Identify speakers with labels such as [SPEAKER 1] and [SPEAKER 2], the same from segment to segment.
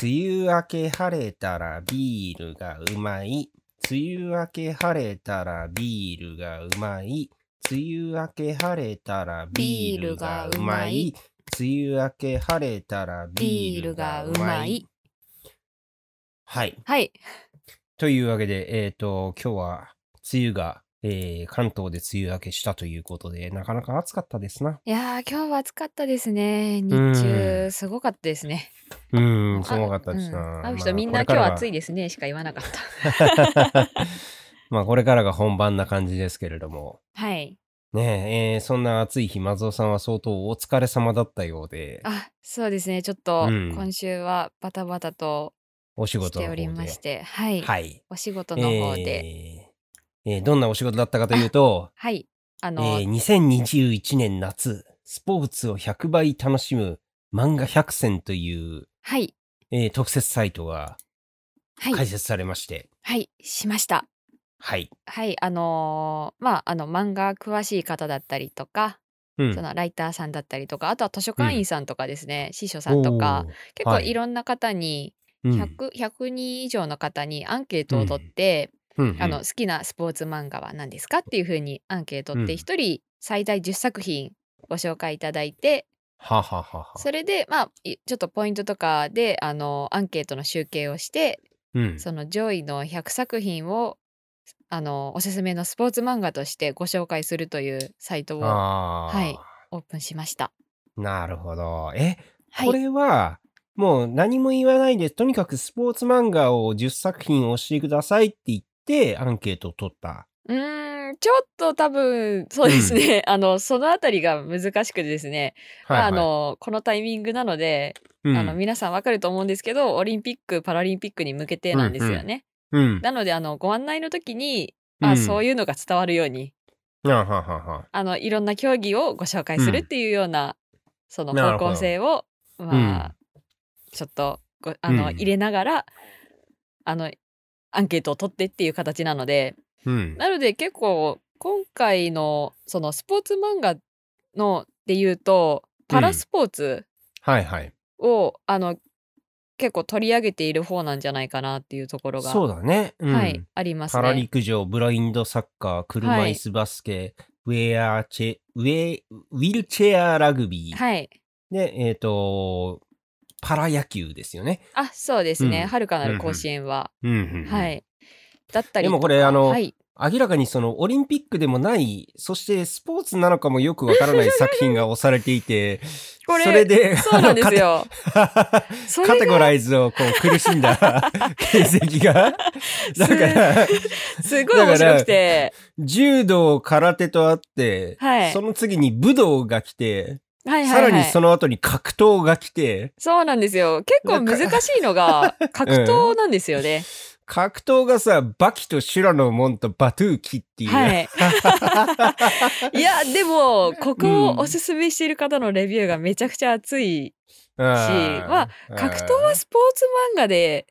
[SPEAKER 1] 梅雨明け晴れたらビールがうまい。梅雨明け晴れたらビールがうまい。梅雨明け晴れたらビールがうまい。梅雨明け晴れたらビ
[SPEAKER 2] ビ
[SPEAKER 1] ー
[SPEAKER 2] ー
[SPEAKER 1] ル
[SPEAKER 2] ル
[SPEAKER 1] が
[SPEAKER 2] が
[SPEAKER 1] う
[SPEAKER 2] う
[SPEAKER 1] ま
[SPEAKER 2] ま
[SPEAKER 1] い
[SPEAKER 2] い。。
[SPEAKER 1] はい。
[SPEAKER 2] はい。
[SPEAKER 1] というわけで、えっ、と、今日は梅雨が、えー関東で梅雨明けしたということで、なかなか暑かったですな。
[SPEAKER 2] いやー、今日は暑かったですね。日
[SPEAKER 1] う
[SPEAKER 2] 中、すごかったですね。
[SPEAKER 1] うーん、
[SPEAKER 2] あ
[SPEAKER 1] すごかったですな。
[SPEAKER 2] うん会う人みんな今日暑いですねしか言わなかった。
[SPEAKER 1] い。 まあ、これからが本番な感じですけれども。
[SPEAKER 2] はい。
[SPEAKER 1] ねええーそんな暑い日、松尾さんは相当お疲れ様だったようで、
[SPEAKER 2] あ、そうですね。ちょっと
[SPEAKER 1] うん
[SPEAKER 2] 今週はバタバタと
[SPEAKER 1] お仕
[SPEAKER 2] し
[SPEAKER 1] 事の
[SPEAKER 2] て
[SPEAKER 1] 方
[SPEAKER 2] お
[SPEAKER 1] で。
[SPEAKER 2] りまして、はい、
[SPEAKER 1] はい。
[SPEAKER 2] お仕事の方で、
[SPEAKER 1] えーえーどんなお仕事だったかというと、
[SPEAKER 2] はい。あ
[SPEAKER 1] え
[SPEAKER 2] の、
[SPEAKER 1] ー、2021年夏、スポーツを100倍楽しむ漫画100選という、
[SPEAKER 2] はい。
[SPEAKER 1] えー特設サイトが
[SPEAKER 2] は
[SPEAKER 1] 開
[SPEAKER 2] い。
[SPEAKER 1] 設されまして、
[SPEAKER 2] はい。しました。
[SPEAKER 1] はい。
[SPEAKER 2] はい。あのーまあ、あの、漫画詳しい方だったりとか、
[SPEAKER 1] うん
[SPEAKER 2] そのライターさんだったりとか、あとは図書館員さんとかですね、司書さんとか、、結構
[SPEAKER 1] はい
[SPEAKER 2] いろんな方に、
[SPEAKER 1] おー、
[SPEAKER 2] 100, 100人以上の方にアンケートを取って、
[SPEAKER 1] うんうんうん
[SPEAKER 2] あの好きなスポーツ漫画は何ですかっていうふうにアンケートを取
[SPEAKER 1] う
[SPEAKER 2] っ
[SPEAKER 1] ん
[SPEAKER 2] て1人最大10作品ご紹介いただいて
[SPEAKER 1] はははは。
[SPEAKER 2] それでまあいちょっとポイントとかであのアンケートの集計をして
[SPEAKER 1] うん
[SPEAKER 2] その上位の100作品をあのおすすめのスポーツ漫画としてご紹介するというサイトを
[SPEAKER 1] あー
[SPEAKER 2] はいオープンしました。
[SPEAKER 1] なるほど。え、
[SPEAKER 2] はい、
[SPEAKER 1] これは、もう何も言わないで、とにかくスポーツ漫画を10作品押してくださいって言って、アンケートを取った。
[SPEAKER 2] うーんちょっと多分そうですね、 あのそのあたりが難しくてですね
[SPEAKER 1] はい、はい。
[SPEAKER 2] まあ、あのこのタイミングなので、
[SPEAKER 1] うん、
[SPEAKER 2] あの皆さんわかると思うんですけどオリンピック・パラリンピックに向けてなんですよね。
[SPEAKER 1] うん、
[SPEAKER 2] なのであのご案内の時に、
[SPEAKER 1] うん、
[SPEAKER 2] あそう
[SPEAKER 1] い
[SPEAKER 2] いうのが伝わるように
[SPEAKER 1] うん。ははは
[SPEAKER 2] あのいろんな競技をご紹介するっていうような、その
[SPEAKER 1] なるほど
[SPEAKER 2] 方向性をまあ、ちょっとごあの、
[SPEAKER 1] うん
[SPEAKER 2] 入れながらあのアンケートを取ってっていう形なので
[SPEAKER 1] うん。
[SPEAKER 2] なので結構今回のそのスポーツ漫画ので言うとパラスポーツ、
[SPEAKER 1] はいはい。
[SPEAKER 2] をあの結構取り上げている方なんじゃないかなっていうところが、
[SPEAKER 1] そうだね。うん。
[SPEAKER 2] はい、あります
[SPEAKER 1] パラ
[SPEAKER 2] ね。
[SPEAKER 1] 陸上、ブラインドサッカー、車椅子バスケ、ウェアチェ、ウェウィルチェアラグビー。
[SPEAKER 2] はい、
[SPEAKER 1] で、えっ、と、パラ野球ですよね。
[SPEAKER 2] あそうですね、
[SPEAKER 1] うん
[SPEAKER 2] 遥かなる甲子園は、
[SPEAKER 1] うん、うん。
[SPEAKER 2] は。い、だったり
[SPEAKER 1] でも
[SPEAKER 2] と
[SPEAKER 1] これ
[SPEAKER 2] か
[SPEAKER 1] あの
[SPEAKER 2] はい、
[SPEAKER 1] 明らかにそのオリンピックでもない、そしてスポーツなのかもよくわ からない作品が押されていて、
[SPEAKER 2] これ
[SPEAKER 1] それで、
[SPEAKER 2] そうなんで すよ。
[SPEAKER 1] あのカテ
[SPEAKER 2] それ
[SPEAKER 1] カテゴ
[SPEAKER 2] が
[SPEAKER 1] ライズをこう苦しんだ 形跡 が。だから、
[SPEAKER 2] すごい面白くて、
[SPEAKER 1] 柔道、空手とあって、
[SPEAKER 2] はい
[SPEAKER 1] その次に武道が来て、
[SPEAKER 2] はいはいはい、
[SPEAKER 1] さらにその後に格闘が来て、
[SPEAKER 2] そうなんですよ。結構難しいのが格闘なんですよね。
[SPEAKER 1] 格闘がさ、バキと修羅の門とバトゥーキっていう。
[SPEAKER 2] はい。 いやでもここをおすすめしている方のレビューがめちゃくちゃ熱い
[SPEAKER 1] あー
[SPEAKER 2] 格闘はスポーツ漫画で、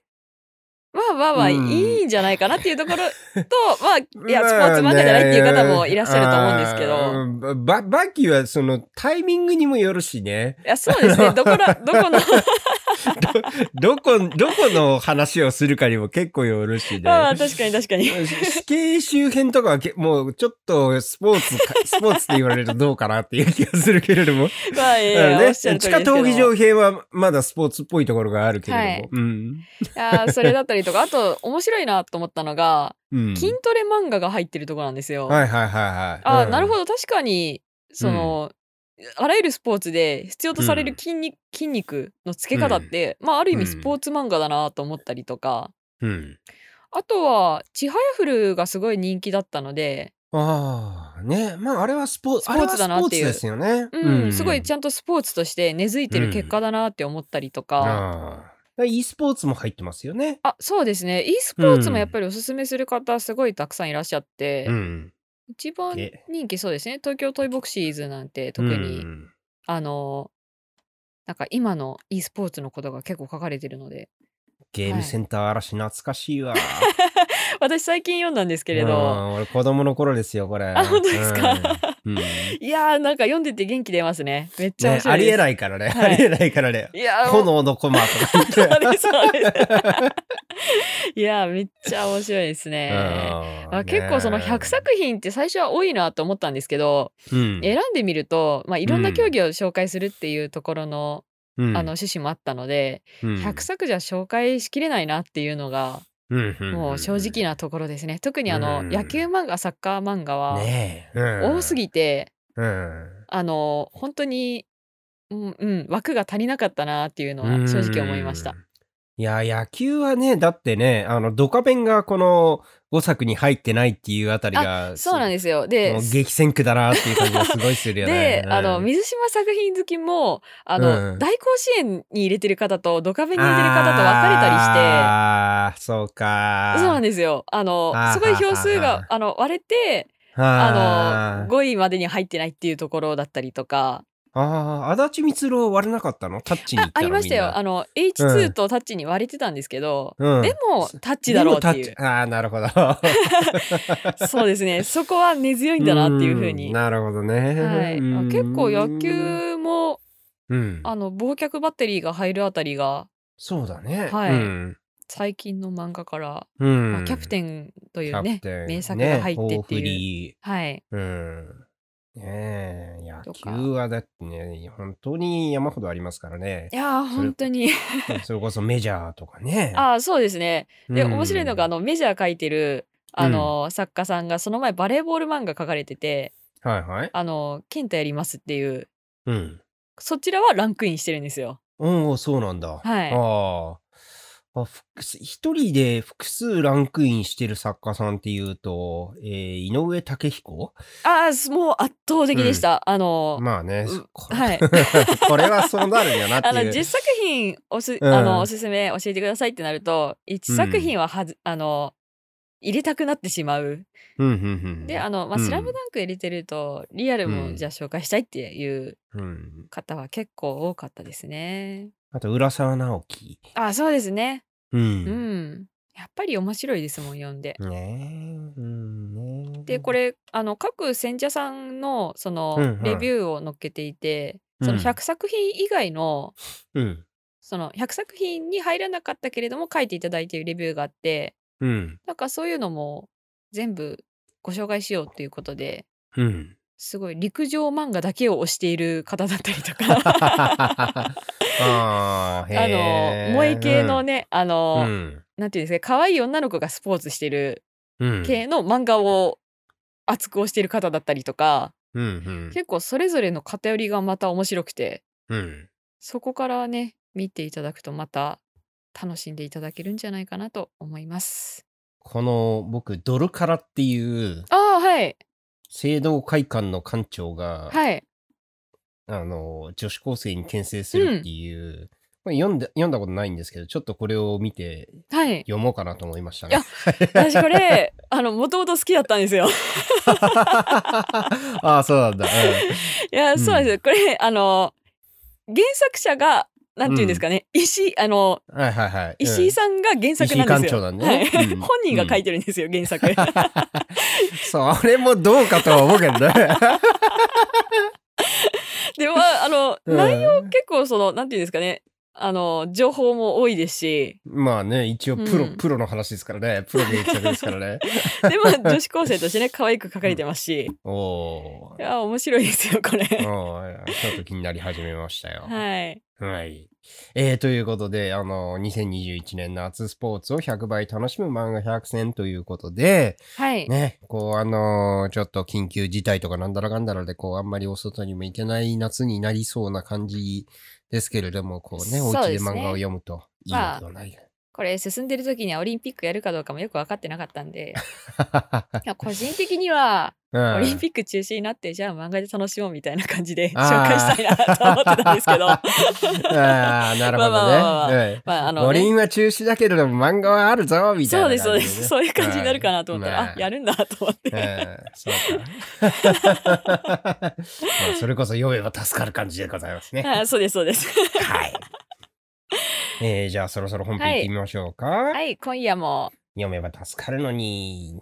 [SPEAKER 2] まあまあまあい
[SPEAKER 1] うん
[SPEAKER 2] いんじゃないかなっていう ところと、まあ、いや、
[SPEAKER 1] まあ
[SPEAKER 2] スポーツ漫画じゃないっていう方も
[SPEAKER 1] ね
[SPEAKER 2] いらっしゃると思うんですけ
[SPEAKER 1] あ
[SPEAKER 2] ど、
[SPEAKER 1] ーばバキはそのタイミングにもよるしね。
[SPEAKER 2] いや、そうで すね、どこら、どこ
[SPEAKER 1] ど
[SPEAKER 2] の、
[SPEAKER 1] こ、 どこの話をするかにも結構よるしね。
[SPEAKER 2] まあ 確かに確かに。
[SPEAKER 1] 死刑周辺とかはけもうちょっとスポーツか、 スポーツって言われるとどうかなっていう気がするけれ ども。
[SPEAKER 2] まあ、い
[SPEAKER 1] あ
[SPEAKER 2] や
[SPEAKER 1] の
[SPEAKER 2] いや、お
[SPEAKER 1] ね
[SPEAKER 2] っしゃる
[SPEAKER 1] 地
[SPEAKER 2] 通
[SPEAKER 1] 下
[SPEAKER 2] りですけど。
[SPEAKER 1] 闘技場編はまだスポーツっぽいところがあるけれども。
[SPEAKER 2] はい
[SPEAKER 1] うん。
[SPEAKER 2] あーそれだったりとか、あと、面白いなと思ったのが、
[SPEAKER 1] うん。
[SPEAKER 2] 筋トレ漫画が入ってるところなんですよ。
[SPEAKER 1] はいはいはいはい。
[SPEAKER 2] あー
[SPEAKER 1] うん
[SPEAKER 2] なるほど、確かに、その、あらゆるスポーツで必要とされ
[SPEAKER 1] う
[SPEAKER 2] る
[SPEAKER 1] ん
[SPEAKER 2] 筋肉,、筋肉のつけ方って、まあある意
[SPEAKER 1] うん
[SPEAKER 2] 味スポーツ漫画だなと思ったりとか、
[SPEAKER 1] うん。
[SPEAKER 2] あとは、ちはやふるがすごい人気だったので、
[SPEAKER 1] ああ、ね。まああれはスポーツ、
[SPEAKER 2] スポーツだなっていう
[SPEAKER 1] あれはスポーツですよね。
[SPEAKER 2] うん、すごいちゃんとスポーツとして根付いてる結果だなって思ったりとか、
[SPEAKER 1] ああ。e スポーツも入ってますよね。
[SPEAKER 2] あ、そうですね。e スポーツもやっぱりおすすめする方すごいたくさんいらっしゃって、
[SPEAKER 1] ん。
[SPEAKER 2] 一番
[SPEAKER 1] え
[SPEAKER 2] 人気そうですね。東京トイボクシーズなんて特に、
[SPEAKER 1] うん
[SPEAKER 2] あの、なんか今の e スポーツのことが結構書かれてるので、
[SPEAKER 1] ゲームセンター嵐懐かしいわ。
[SPEAKER 2] 私最近読んだんですけれ
[SPEAKER 1] う
[SPEAKER 2] ど、
[SPEAKER 1] ん俺子供の頃ですよ、これ。
[SPEAKER 2] あ本当ですか
[SPEAKER 1] うんうんね、
[SPEAKER 2] いやーなんか読んでて元気出ますね。めっちゃ面白
[SPEAKER 1] あ
[SPEAKER 2] いで
[SPEAKER 1] り
[SPEAKER 2] す。
[SPEAKER 1] えないからね。
[SPEAKER 2] はい
[SPEAKER 1] ありえないからね。
[SPEAKER 2] いやーもう
[SPEAKER 1] 炎のコマとか言
[SPEAKER 2] そう
[SPEAKER 1] って。
[SPEAKER 2] ですそうですいやーめっちゃ面白いですね。
[SPEAKER 1] うん
[SPEAKER 2] あ結構その100作、品って最初は多いなと思ったんですけど、
[SPEAKER 1] うん
[SPEAKER 2] 選んでみると、まあ、いろん
[SPEAKER 1] う
[SPEAKER 2] なん競技を紹介するっていうところの,、
[SPEAKER 1] うん
[SPEAKER 2] あの趣旨もあったので、
[SPEAKER 1] うん
[SPEAKER 2] 100作じゃ紹介しきれないなっていうのがもう正直なところですね。特にあの、
[SPEAKER 1] うん
[SPEAKER 2] 野球漫画サッカー漫画は
[SPEAKER 1] ねえ、うん
[SPEAKER 2] 多す、ぎて、
[SPEAKER 1] うん
[SPEAKER 2] あの本当に、うんうん、枠が足りなかったなっていうのは正直思いました
[SPEAKER 1] う。んいや野球はねだってねあのドカベンがこの5作に入ってないっていうあたりが
[SPEAKER 2] そうなん
[SPEAKER 1] で
[SPEAKER 2] ですよで
[SPEAKER 1] 激戦区だなっていう感じがすごいするよね
[SPEAKER 2] で、あの水島作品好きもあ
[SPEAKER 1] う
[SPEAKER 2] の、
[SPEAKER 1] ん
[SPEAKER 2] 大甲子園に入れてる方とドカベンに入れてる方と分かれたりして
[SPEAKER 1] ああそうか
[SPEAKER 2] そうなん
[SPEAKER 1] で
[SPEAKER 2] ですよあの
[SPEAKER 1] あー
[SPEAKER 2] すごい票数
[SPEAKER 1] あー
[SPEAKER 2] があの割れて
[SPEAKER 1] すあ
[SPEAKER 2] あの5位までに入ってないっていうところだったりとか
[SPEAKER 1] のあー足立光郎割れなかったのタッチに行
[SPEAKER 2] あ
[SPEAKER 1] ったの
[SPEAKER 2] ありましたよあの
[SPEAKER 1] う
[SPEAKER 2] H2
[SPEAKER 1] ん
[SPEAKER 2] とタッチに割れてたんですけど、
[SPEAKER 1] みんなうん
[SPEAKER 2] でもタッチだろうってい
[SPEAKER 1] でも
[SPEAKER 2] う
[SPEAKER 1] タッチああなるほど
[SPEAKER 2] そうですねそこは根強いんだなっていうふう
[SPEAKER 1] うん
[SPEAKER 2] に、は
[SPEAKER 1] なるほどね、
[SPEAKER 2] い、
[SPEAKER 1] うん
[SPEAKER 2] あ結構野球も
[SPEAKER 1] うん
[SPEAKER 2] あの忘却バッテリーが入るあたりが
[SPEAKER 1] そうだね
[SPEAKER 2] はい
[SPEAKER 1] うん
[SPEAKER 2] 最近の漫画から
[SPEAKER 1] うん
[SPEAKER 2] まあキャプテンというね
[SPEAKER 1] キャプテン
[SPEAKER 2] 名作が入ってっていう、
[SPEAKER 1] ね
[SPEAKER 2] はい
[SPEAKER 1] 大振りうんねえ野
[SPEAKER 2] とか
[SPEAKER 1] 球はだってね本当に山ほどありますから ね
[SPEAKER 2] いやー
[SPEAKER 1] それ
[SPEAKER 2] 本当に
[SPEAKER 1] それこそメジャーとかね
[SPEAKER 2] ああそうですねで、
[SPEAKER 1] うん
[SPEAKER 2] 面白いのがあのメジャー書いてるあの、作家さんがその前バレーボール漫画書かれてて
[SPEAKER 1] はいはい
[SPEAKER 2] あの健太やりますっていう
[SPEAKER 1] うん
[SPEAKER 2] そちらはランクインしてるんですよ
[SPEAKER 1] おおそうなんだ
[SPEAKER 2] はい
[SPEAKER 1] あああ複数一人で複数ランクインしてる作家さんっていうと、えー井上武彦
[SPEAKER 2] ああもう圧倒的でした、あの、
[SPEAKER 1] まあね、
[SPEAKER 2] う
[SPEAKER 1] これ
[SPEAKER 2] はい
[SPEAKER 1] これはそうなるんだなって
[SPEAKER 2] あ
[SPEAKER 1] いう。
[SPEAKER 2] の10作品おす,、
[SPEAKER 1] うん
[SPEAKER 2] あのおすすめ教えてくださいってなると1作品ははず、あの入れたくなってしまう
[SPEAKER 1] うんうんうん
[SPEAKER 2] であの、まあ
[SPEAKER 1] うん
[SPEAKER 2] スラムダンク」入れてるとリアル
[SPEAKER 1] う
[SPEAKER 2] も
[SPEAKER 1] ん
[SPEAKER 2] じゃあ紹介したいっていう
[SPEAKER 1] うん
[SPEAKER 2] 方は結構多かったですね。
[SPEAKER 1] あと浦沢直樹。
[SPEAKER 2] あそうですね。
[SPEAKER 1] う。
[SPEAKER 2] うんん。やっぱり面白いですもん読んで。
[SPEAKER 1] ねえ。うんねえ
[SPEAKER 2] でこ、れあの各選者さんのその
[SPEAKER 1] うんはい
[SPEAKER 2] レビューを載っけていて、
[SPEAKER 1] うん
[SPEAKER 2] その100作品以外の
[SPEAKER 1] うん。
[SPEAKER 2] その100作品に入らなかったけれども書いていただいているレビューがあって
[SPEAKER 1] うん。
[SPEAKER 2] なんかそういうのも全部ご紹介しようっていうことで
[SPEAKER 1] うん。
[SPEAKER 2] すごい陸上漫画だけを推している方だったりと か。
[SPEAKER 1] ああ、
[SPEAKER 2] あ
[SPEAKER 1] へ
[SPEAKER 2] の
[SPEAKER 1] え
[SPEAKER 2] 萌え系の、ね、あ
[SPEAKER 1] う
[SPEAKER 2] の、
[SPEAKER 1] ん。
[SPEAKER 2] なんていうんですか可愛い女の子がスポーツしてる
[SPEAKER 1] うん。
[SPEAKER 2] 系の漫画を厚く推してる方だったりとか、
[SPEAKER 1] うん。うん。
[SPEAKER 2] 結構それぞれの偏りがまた面白くて
[SPEAKER 1] うん。
[SPEAKER 2] そこからね見ていただくとまた楽しんでいただけるんじゃないかなと思います。
[SPEAKER 1] この、僕、ドルカラっていう、
[SPEAKER 2] ああはい
[SPEAKER 1] 青道会館の館長が、
[SPEAKER 2] はい
[SPEAKER 1] あの、女子高生に転生するっていう、これ読んで、読んだことないんですけど、ちょっとこれを見て
[SPEAKER 2] はい。
[SPEAKER 1] 読もうかなと思いました
[SPEAKER 2] い
[SPEAKER 1] ね
[SPEAKER 2] や。私これあのもともと好きだったんですよ。
[SPEAKER 1] ああ、そうなんだ。
[SPEAKER 2] いや
[SPEAKER 1] ん
[SPEAKER 2] そうなんですよ、これあの原作者がなんていうんですかね、石井あの
[SPEAKER 1] うん、はいはいはい。
[SPEAKER 2] 石井
[SPEAKER 1] ん、
[SPEAKER 2] さんが原作なん
[SPEAKER 1] 石井館
[SPEAKER 2] ですよ。
[SPEAKER 1] 長なんでね
[SPEAKER 2] はい
[SPEAKER 1] うん
[SPEAKER 2] 本人が書いてるん ですよ、原作。
[SPEAKER 1] それもどうかとは思うけどね。
[SPEAKER 2] でもあの
[SPEAKER 1] うん
[SPEAKER 2] 内容結構そのなんていうんですかねあの情報も多いですし
[SPEAKER 1] まあね、一応プロ、
[SPEAKER 2] うん
[SPEAKER 1] プロの話ですからね。プロの作ですからね。
[SPEAKER 2] でも 女子高生としてね可愛く書かれてますし、
[SPEAKER 1] おお
[SPEAKER 2] い。や面白いですよこれ。
[SPEAKER 1] おーちょっと気になり始めましたよ。
[SPEAKER 2] はい、
[SPEAKER 1] はい。えー、ということで、あの、2021年夏スポーツを100倍楽しむ漫画100選ということで、
[SPEAKER 2] はい
[SPEAKER 1] ね、こう、あのーちょっと緊急事態とかなんだらかんだらで、こう、あんまりお外にも行けない夏になりそうな感じですけれども、こうね、お
[SPEAKER 2] そう
[SPEAKER 1] 家
[SPEAKER 2] で
[SPEAKER 1] です
[SPEAKER 2] ね
[SPEAKER 1] 漫画を読むといいのではないか。
[SPEAKER 2] これ進んでる時にはオリンピックやるかどうかもよく分かってなかっ たんでいや個人的にはオリンピック中止になってじゃあ漫画で楽しもうみたいな感じで紹介したいなと思ってたんですけ ど
[SPEAKER 1] ああー、なるほ
[SPEAKER 2] まあまあまあ
[SPEAKER 1] ど
[SPEAKER 2] ま
[SPEAKER 1] ねうん。
[SPEAKER 2] まああの
[SPEAKER 1] 五
[SPEAKER 2] ね
[SPEAKER 1] 輪は中止だけれども漫画はあるぞみたい
[SPEAKER 2] そう
[SPEAKER 1] な感
[SPEAKER 2] で
[SPEAKER 1] じね。
[SPEAKER 2] すそうですそういう感じになるかなと思って、
[SPEAKER 1] はいま
[SPEAKER 2] あやるんだと思って、
[SPEAKER 1] ええそうか。 まあそれこそ読めば助かる感じでございますね。
[SPEAKER 2] あそうですそうです
[SPEAKER 1] はい。えー、じゃあそろそろ本編行ってみましょうか。
[SPEAKER 2] はい今夜も
[SPEAKER 1] 読めば助かるのに。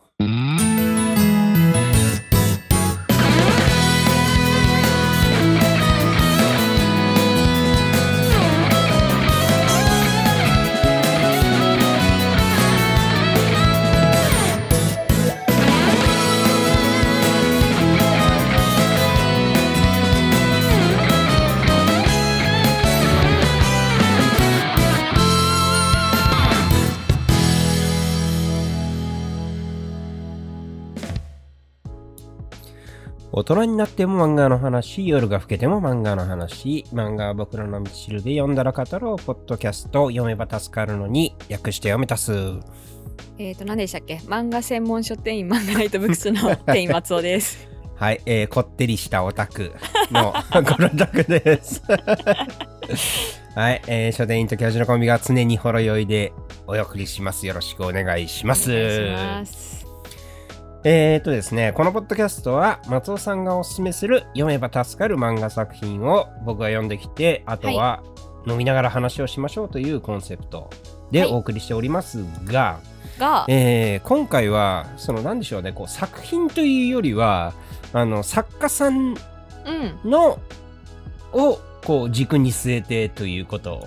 [SPEAKER 1] 大人になっても漫画の話、夜が更けても漫画の話、漫画は僕らの道しるべ読んだら語ろう、ポッドキャスト、読めば助かるのに、訳して読めたす。
[SPEAKER 2] えっ、と、何でしたっけ漫画専門書店員、漫画ナイトブックスの店員松 尾です。
[SPEAKER 1] はい、えー、こってりしたオタクの このオタクです。 はい、えー、書店員と教授のコンビが常にほろ酔いでお送りします。よろしくお願いします。
[SPEAKER 2] お願いします。
[SPEAKER 1] えー、とですね、このポッドキャストは松尾さんがおすすめする読めば助かる漫画作品を僕が読んできて、あとは飲みながら話をしましょうというコンセプトで
[SPEAKER 2] はい
[SPEAKER 1] お送りしておりますが、
[SPEAKER 2] が、
[SPEAKER 1] えー今回はその何でしょうねこう作品というよりはあの作家さん
[SPEAKER 2] うん、
[SPEAKER 1] のをこう軸に据えてということ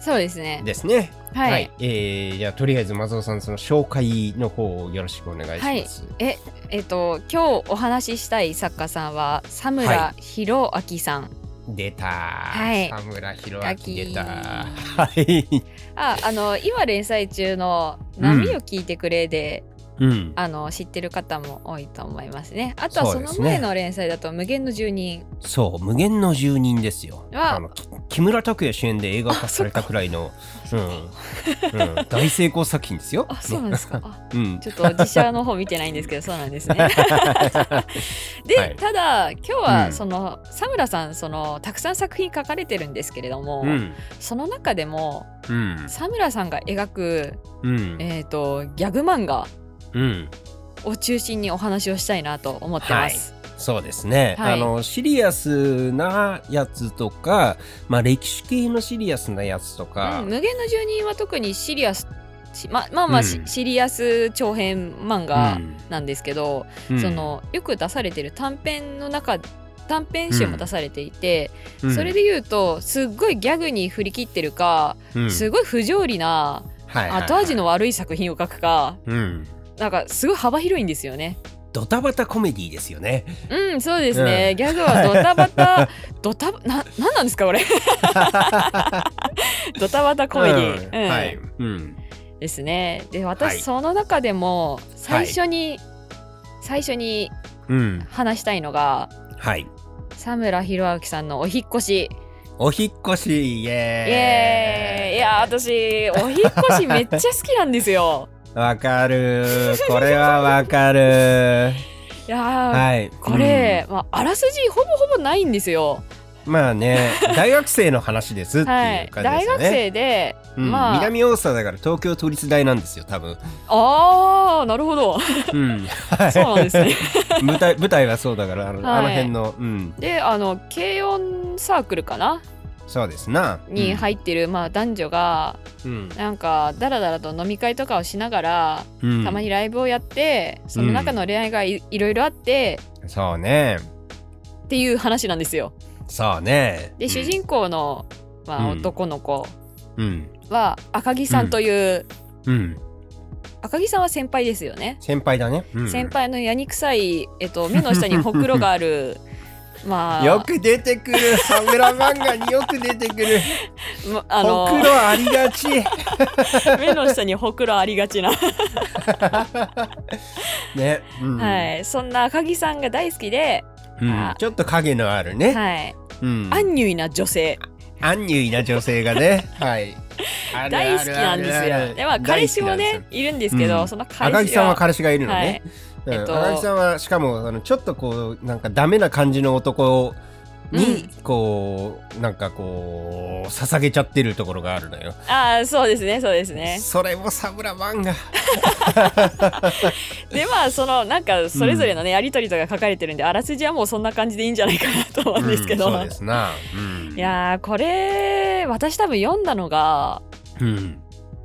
[SPEAKER 2] そうですね。
[SPEAKER 1] ですね。
[SPEAKER 2] はい、
[SPEAKER 1] えーじゃあとりあえず松尾さんその紹介の方をよろしくお願いします。
[SPEAKER 2] えっ、と、今日お話ししたい作家さんは、佐
[SPEAKER 1] は
[SPEAKER 2] 村弘明さん。
[SPEAKER 1] 出たー、
[SPEAKER 2] はい
[SPEAKER 1] 田村弘
[SPEAKER 2] ラ
[SPEAKER 1] 明
[SPEAKER 2] ッキー
[SPEAKER 1] 出たーはい、
[SPEAKER 2] あ、あの、今連載中の
[SPEAKER 1] うん
[SPEAKER 2] 波を聞いてくれで、
[SPEAKER 1] うん、
[SPEAKER 2] あの、知ってる方も多いと思いますね。あとは
[SPEAKER 1] そ
[SPEAKER 2] そう
[SPEAKER 1] ですね
[SPEAKER 2] の前の連載だと、無限の住人。
[SPEAKER 1] そう無限の住人ですよ
[SPEAKER 2] は
[SPEAKER 1] あのき木村拓哉主演で映画化されたくらいの、うんうん、大成功作品ですよ。
[SPEAKER 2] あ、そうなんです か。あ
[SPEAKER 1] ねうん
[SPEAKER 2] ちょっと自社の方見てないんです けど、そうなんですね。で、
[SPEAKER 1] はい
[SPEAKER 2] ただ今日
[SPEAKER 1] う
[SPEAKER 2] は
[SPEAKER 1] ん
[SPEAKER 2] その、佐村さんそのたくさん作品書かれてるんですけれども、
[SPEAKER 1] うん
[SPEAKER 2] その中でも
[SPEAKER 1] うん
[SPEAKER 2] 佐村さんが描く、
[SPEAKER 1] うん
[SPEAKER 2] えー、とギャグ漫画
[SPEAKER 1] うん
[SPEAKER 2] を中心にお話をしたいなと思ってます。
[SPEAKER 1] そうですね、
[SPEAKER 2] はい
[SPEAKER 1] あのシリアスなやつとか、まあ、歴史系のシリアスなやつとか、
[SPEAKER 2] うん、無限の住人は特にシリアスしままあまあ、し
[SPEAKER 1] うん
[SPEAKER 2] シリアス長編漫画なんですけど、
[SPEAKER 1] うん
[SPEAKER 2] そ、のよく出されてる短編の中短編集も出されていて、
[SPEAKER 1] うん
[SPEAKER 2] それ、で言うとすっごいギャグに振り切ってるか、
[SPEAKER 1] うん
[SPEAKER 2] すごい不条理な
[SPEAKER 1] はいはいはい
[SPEAKER 2] 後味の悪い作品を書くか
[SPEAKER 1] うん
[SPEAKER 2] なんかすごい幅広いんですよね。
[SPEAKER 1] ドタバタコメディですよね。
[SPEAKER 2] うんそうですね、ギャグはドタバタ ドタななんなんですか これドタバタコメディ、
[SPEAKER 1] うん
[SPEAKER 2] うん
[SPEAKER 1] はい、うん
[SPEAKER 2] ですね。で
[SPEAKER 1] はい
[SPEAKER 2] 私その中でも最初に、最初に
[SPEAKER 1] うん、
[SPEAKER 2] 話したいのが
[SPEAKER 1] はい。
[SPEAKER 2] 佐村弘明さんのお引っ越し。
[SPEAKER 1] お引っ越し、イエーイ
[SPEAKER 2] イエーイいや私お引っ越しめっちゃ好きなんですよ。
[SPEAKER 1] わかるーこれはわかる ー
[SPEAKER 2] いやー
[SPEAKER 1] はい。
[SPEAKER 2] これ、まあ、あらすじほぼほぼないんですよ。
[SPEAKER 1] うん、まあね、大学生の話ですって
[SPEAKER 2] は
[SPEAKER 1] いう
[SPEAKER 2] い、
[SPEAKER 1] 感じで
[SPEAKER 2] 大
[SPEAKER 1] すよ
[SPEAKER 2] 学
[SPEAKER 1] ね。
[SPEAKER 2] 生で、
[SPEAKER 1] うん
[SPEAKER 2] まあ
[SPEAKER 1] 南大沢だから東京都立大なんですよ、多分。
[SPEAKER 2] ああ、なるほど。
[SPEAKER 1] うん、はい
[SPEAKER 2] そうなんですね。
[SPEAKER 1] 舞台舞台はそうだからあの,、
[SPEAKER 2] はい
[SPEAKER 1] あの辺の、うん、
[SPEAKER 2] で、あの軽音サークルかな
[SPEAKER 1] そうですな。
[SPEAKER 2] に入ってる、まあ男女が
[SPEAKER 1] うん
[SPEAKER 2] なんかダラダラと飲み会とかをしながら、
[SPEAKER 1] うん
[SPEAKER 2] たまにライブをやって、その中の恋愛がいいろいろあって
[SPEAKER 1] そうね
[SPEAKER 2] っていう話なんですよ。
[SPEAKER 1] そうね。
[SPEAKER 2] で、主人公のまあ
[SPEAKER 1] うん
[SPEAKER 2] 男の子
[SPEAKER 1] うん
[SPEAKER 2] は赤木さんという、
[SPEAKER 1] うん、うん、
[SPEAKER 2] 赤木さんは先輩ですよね。
[SPEAKER 1] 先輩だね。うん
[SPEAKER 2] 先輩のやにくさい、えっ と、目の下にほくろがあるまあ
[SPEAKER 1] よく出てくる桜漫画によく出てくる
[SPEAKER 2] ま あ
[SPEAKER 1] ほく
[SPEAKER 2] の
[SPEAKER 1] ろありがち
[SPEAKER 2] 目の下にほくろありがちな、
[SPEAKER 1] ね、うん
[SPEAKER 2] はい、そんな赤木さんが大好きで、
[SPEAKER 1] うん、ちょっと影のあるね、
[SPEAKER 2] はい、
[SPEAKER 1] うん、
[SPEAKER 2] アンニュイな女性
[SPEAKER 1] アンニュイな女性がね はいあるある
[SPEAKER 2] 大好きなんです
[SPEAKER 1] あるある
[SPEAKER 2] よ。でまあ彼氏
[SPEAKER 1] 大好きな
[SPEAKER 2] も
[SPEAKER 1] ん
[SPEAKER 2] ね
[SPEAKER 1] で
[SPEAKER 2] いるんですけど、
[SPEAKER 1] うん
[SPEAKER 2] その彼氏
[SPEAKER 1] 赤木さんは彼氏がいるの
[SPEAKER 2] は
[SPEAKER 1] ね
[SPEAKER 2] い、
[SPEAKER 1] うん
[SPEAKER 2] えっと
[SPEAKER 1] 赤木さんはしかもあのちょっとこうなんかダメな感じの男に、こうなんかこう捧げちゃってるところがあるのよ、
[SPEAKER 2] ああそうですねそうです ね。
[SPEAKER 1] それもサムラ漫画
[SPEAKER 2] でまあそのなんかそれぞれのねやり取りとか書かれてるんであらすじはもうそんな感じでいいんじゃないかなと思うんですけど、
[SPEAKER 1] うんそうですな、うん、
[SPEAKER 2] いやーこれ私多分読んだのが
[SPEAKER 1] うん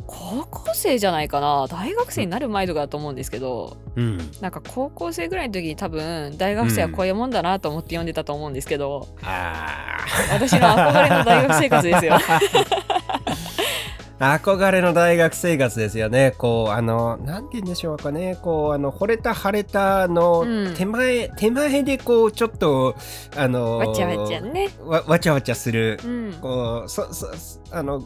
[SPEAKER 2] 高校生じゃないかな大学生になる前とかだと思うんですけど
[SPEAKER 1] うん
[SPEAKER 2] なんか高校生ぐらいの時に多分大学生はこういうもんだなと思って読んでたと思うんですけど、
[SPEAKER 1] あ。
[SPEAKER 2] 私の憧れの大学生活ですよ
[SPEAKER 1] 憧れの大学生活ですよね。こう、あの、なんて言うんでしょうかね。こう、あの、惚れた晴れたの
[SPEAKER 2] うん
[SPEAKER 1] 手前、手前でこう、ちょっと、あの、
[SPEAKER 2] わちゃわちゃね。
[SPEAKER 1] わわちゃわちゃする
[SPEAKER 2] う。ん。
[SPEAKER 1] こうそそあの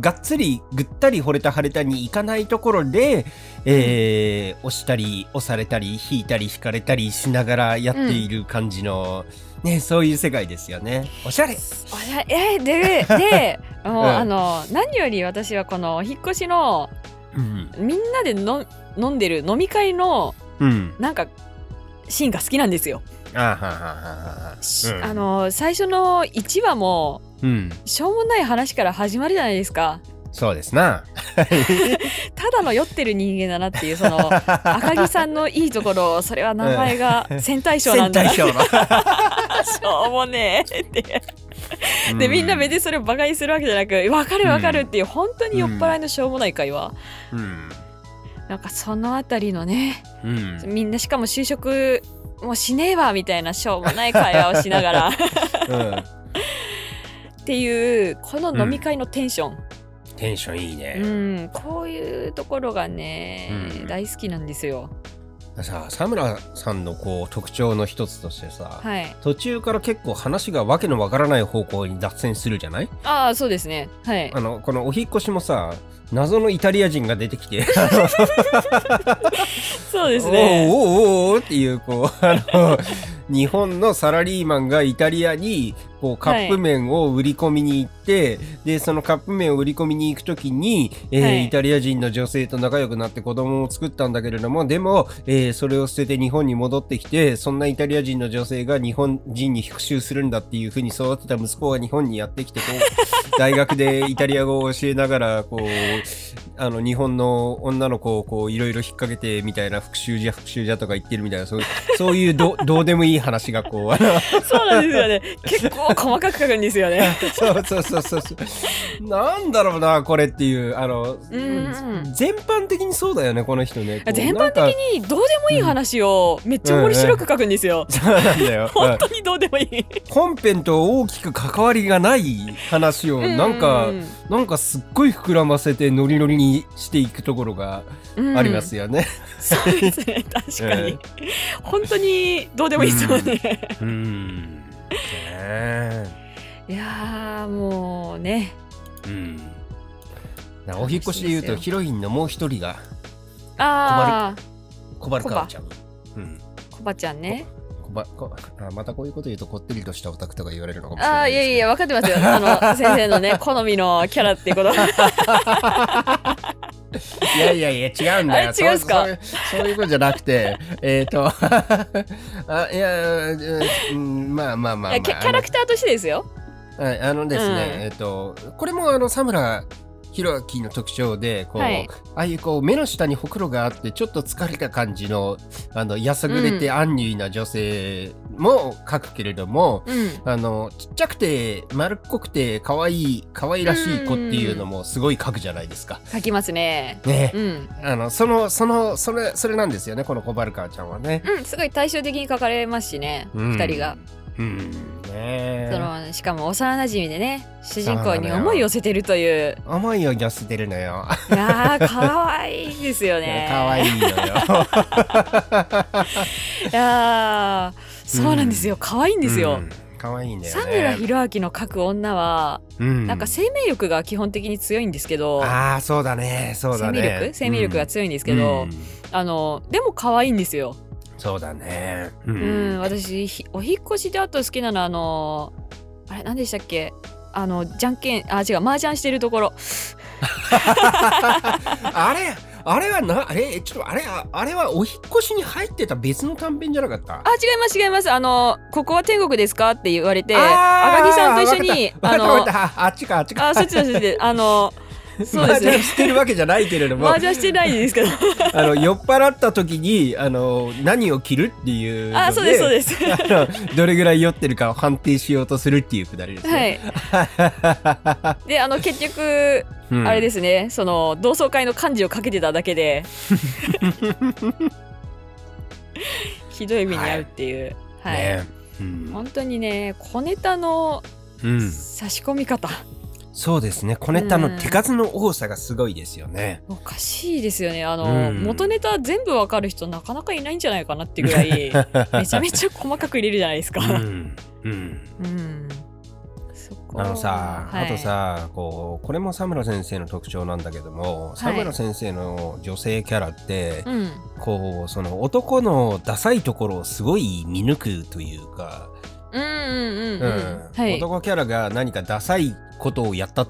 [SPEAKER 1] がっつりぐったり惚れた腫れたに行かないところで、えー押したり押されたり引いたり引かれたりしながらやっている感じの、ねそういう世界ですよねおしゃれ
[SPEAKER 2] おしゃえででも う、
[SPEAKER 1] うん
[SPEAKER 2] あの何より私はこのお引っ越しの
[SPEAKER 1] うん、
[SPEAKER 2] みんなでの飲んでる飲み会の
[SPEAKER 1] うん、
[SPEAKER 2] なんかシーンが好きなんですよ。
[SPEAKER 1] あーはーは
[SPEAKER 2] し
[SPEAKER 1] ーはーはーうん
[SPEAKER 2] あの最初の1話も
[SPEAKER 1] うん
[SPEAKER 2] しょうもない話から始まるじゃないですか。
[SPEAKER 1] そうですな
[SPEAKER 2] ただの酔ってる人間だなっていう その赤木さんのいいところそれは名前が戦隊賞なんだなし
[SPEAKER 1] 戦隊 賞
[SPEAKER 2] ょうもねえって
[SPEAKER 1] の
[SPEAKER 2] でみんな別
[SPEAKER 1] で、
[SPEAKER 2] にそれを馬鹿にするわけじゃなく分かる分かるっていう本当に酔っ払いのしょうもない会話
[SPEAKER 1] うん
[SPEAKER 2] なんかそのあたりのね
[SPEAKER 1] うん、
[SPEAKER 2] みんなしかも就職もうしねえわみたいなしょうもない会話をしな がらっ
[SPEAKER 1] うん
[SPEAKER 2] ていうこの飲み会のテンション、
[SPEAKER 1] テンションいいね、
[SPEAKER 2] うんこういうところがね、
[SPEAKER 1] うん
[SPEAKER 2] 大好きなんですよ。
[SPEAKER 1] さあ佐村さんのこう特徴の一つとしてさ、
[SPEAKER 2] はい、
[SPEAKER 1] 途中から結構話がわけのわからない方向に脱線するじゃない
[SPEAKER 2] ああそうですねはい
[SPEAKER 1] あのこのお引っ越しもさ謎のイタリア人が出てきてあの
[SPEAKER 2] そうですね。
[SPEAKER 1] おうおうおうおうっていうこうあの日本のサラリーマンがイタリアにこうカップ麺を売り込みに行って、でそのカップ麺を売り込みに行く時に、えー
[SPEAKER 2] はい
[SPEAKER 1] イタリア人の女性と仲良くなって子供を作ったんだけれどもでも、えーそれを捨てて日本に戻ってきてそんなイタリア人の女性が日本人に復讐するんだっていうふうに育てた息子が日本にやってきてこ う大学でイタリア語を教えながらこうあの日本の女の子をこういろいろ引っ掛けてみたいな復讐じゃ復讐じゃとか言ってるみたいなそうそういうどどうでもいい話がこうあの
[SPEAKER 2] そうなんですよね。結構細かく書くんですよね。
[SPEAKER 1] そうそうそうそうそうなんだろうなこれっていうあの、
[SPEAKER 2] うんうん
[SPEAKER 1] 全般的にそうだよねこの人ねこう
[SPEAKER 2] 全般的
[SPEAKER 1] なんか
[SPEAKER 2] にどうでもいい話をめっちゃ面白く書くんですよ。
[SPEAKER 1] そうなんだよ、うん
[SPEAKER 2] 本当にどうでもいい。
[SPEAKER 1] 本編と大きく関わりがない話をなんか、
[SPEAKER 2] うん
[SPEAKER 1] なんかすっごい膨らませてノリノリにしていくところが
[SPEAKER 2] うん
[SPEAKER 1] ありますよね。
[SPEAKER 2] そうですね、確かに。
[SPEAKER 1] うん
[SPEAKER 2] 本当にどうでもいいですよね。
[SPEAKER 1] うん、ねえ
[SPEAKER 2] いやー、もうね。
[SPEAKER 1] うん。なお引っ越しで言うと
[SPEAKER 2] 楽し
[SPEAKER 1] ヒ
[SPEAKER 2] いです
[SPEAKER 1] ロインのもう一人が
[SPEAKER 2] あー、
[SPEAKER 1] 小原かおちゃん。うん。
[SPEAKER 2] コバちゃんね。
[SPEAKER 1] こばこ あまたこういうこと言うとこってりとしたオタクとか言われるのかもしれ
[SPEAKER 2] あ
[SPEAKER 1] な
[SPEAKER 2] ー、
[SPEAKER 1] い
[SPEAKER 2] いやい
[SPEAKER 1] で
[SPEAKER 2] や、分かってますよ。あの、先生 のね、好みのキャラってこと。
[SPEAKER 1] すけど。いやいやいや違うんだよ。
[SPEAKER 2] あれ違うんすか
[SPEAKER 1] そうそういうそういうことじゃなくて、 えっとあいやうんまあまあまあまあ。
[SPEAKER 2] キャキャラクターとしてですよ。
[SPEAKER 1] はい、あのですね、
[SPEAKER 2] うん
[SPEAKER 1] えっ、と、これもあの、佐村弘樹の特徴で、こう、
[SPEAKER 2] はい
[SPEAKER 1] ああいうこう、目の下にほくろがあって、ちょっと疲れた感じの、あの、やさぐれて安ュイな女性も描くけれども、
[SPEAKER 2] うん。
[SPEAKER 1] あの、ちっちゃくて、丸っこくて、可愛い、可愛らしい子っていうのもすごい描くじゃないですか。
[SPEAKER 2] 書きますね。
[SPEAKER 1] ね。
[SPEAKER 2] うん。
[SPEAKER 1] あの、その、その、それ、それなんですよね、この小バルカーちゃんはね。
[SPEAKER 2] うん、すごい対照的に書かれますしね、二
[SPEAKER 1] うん
[SPEAKER 2] 人が。。
[SPEAKER 1] うん。ね
[SPEAKER 2] そのしかも幼馴染でね主人公に思いを寄せてるという
[SPEAKER 1] 思いを寄せてるのよ。
[SPEAKER 2] いやー可愛いですよね
[SPEAKER 1] 可愛 いのよ。
[SPEAKER 2] いやーそうなんですよ、可愛いんですよ、
[SPEAKER 1] うん。可愛いんだよね。
[SPEAKER 2] 佐村弘明の書く女は、
[SPEAKER 1] うん
[SPEAKER 2] なんか生命力が基本的に強いんですけど、
[SPEAKER 1] ああそうだねそうだね
[SPEAKER 2] 生命力生命力が強いんですけ
[SPEAKER 1] う
[SPEAKER 2] ど、
[SPEAKER 1] ん
[SPEAKER 2] あのでも可愛いんですよ、
[SPEAKER 1] そうだねう
[SPEAKER 2] うん私ひお引っ越しであと好きなのはあのあれ何でしたっけあのじゃんけんあ違う麻雀してるところ
[SPEAKER 1] あれあれはなあれちょっとあれああれはお引っ越しに入ってた別の短編じゃなかった
[SPEAKER 2] あ違います違いますあのここは天国ですかって言われて
[SPEAKER 1] あー
[SPEAKER 2] 赤木さんと一緒に
[SPEAKER 1] わか
[SPEAKER 2] あ
[SPEAKER 1] ったわ
[SPEAKER 2] の
[SPEAKER 1] かったああっちかあっちか
[SPEAKER 2] あそっちだそっちであのそうです
[SPEAKER 1] 麻雀
[SPEAKER 2] ね
[SPEAKER 1] してるわけじゃないけれども
[SPEAKER 2] 麻雀してないですけど
[SPEAKER 1] あの酔っ払った時にあの何を着るっていうの
[SPEAKER 2] あそうですそうです
[SPEAKER 1] あのどれぐらい酔ってるかを判定しようとするっていうくだりです
[SPEAKER 2] は
[SPEAKER 1] ね、
[SPEAKER 2] いであの結局
[SPEAKER 1] うん
[SPEAKER 2] あれですねその同窓会の漢字をかけてただけ でひどい目に遭うっていうはい、
[SPEAKER 1] ねうん
[SPEAKER 2] 本当にね小ネタの
[SPEAKER 1] うん
[SPEAKER 2] 差し込み方、
[SPEAKER 1] そうですね。小ネタの手数の多さがすごいですよね。
[SPEAKER 2] おかしいですよねあの、
[SPEAKER 1] うん
[SPEAKER 2] 元ネタ全部わかる人なかなかいないんじゃないかなってぐ らいめちゃめちゃ細かく入れるじゃないですか。
[SPEAKER 1] う
[SPEAKER 2] うん
[SPEAKER 1] ん。うん。
[SPEAKER 2] そこは
[SPEAKER 1] あのさ、
[SPEAKER 2] はい
[SPEAKER 1] あとさこうこれも佐村先生の特徴なんだけども佐村先生の女性キャラって、
[SPEAKER 2] うん、
[SPEAKER 1] こうその男のダサいところをすごい見抜くというか、
[SPEAKER 2] うんうんうん
[SPEAKER 1] う
[SPEAKER 2] うん
[SPEAKER 1] ん
[SPEAKER 2] はい
[SPEAKER 1] 男キャラが何かダサいことをやった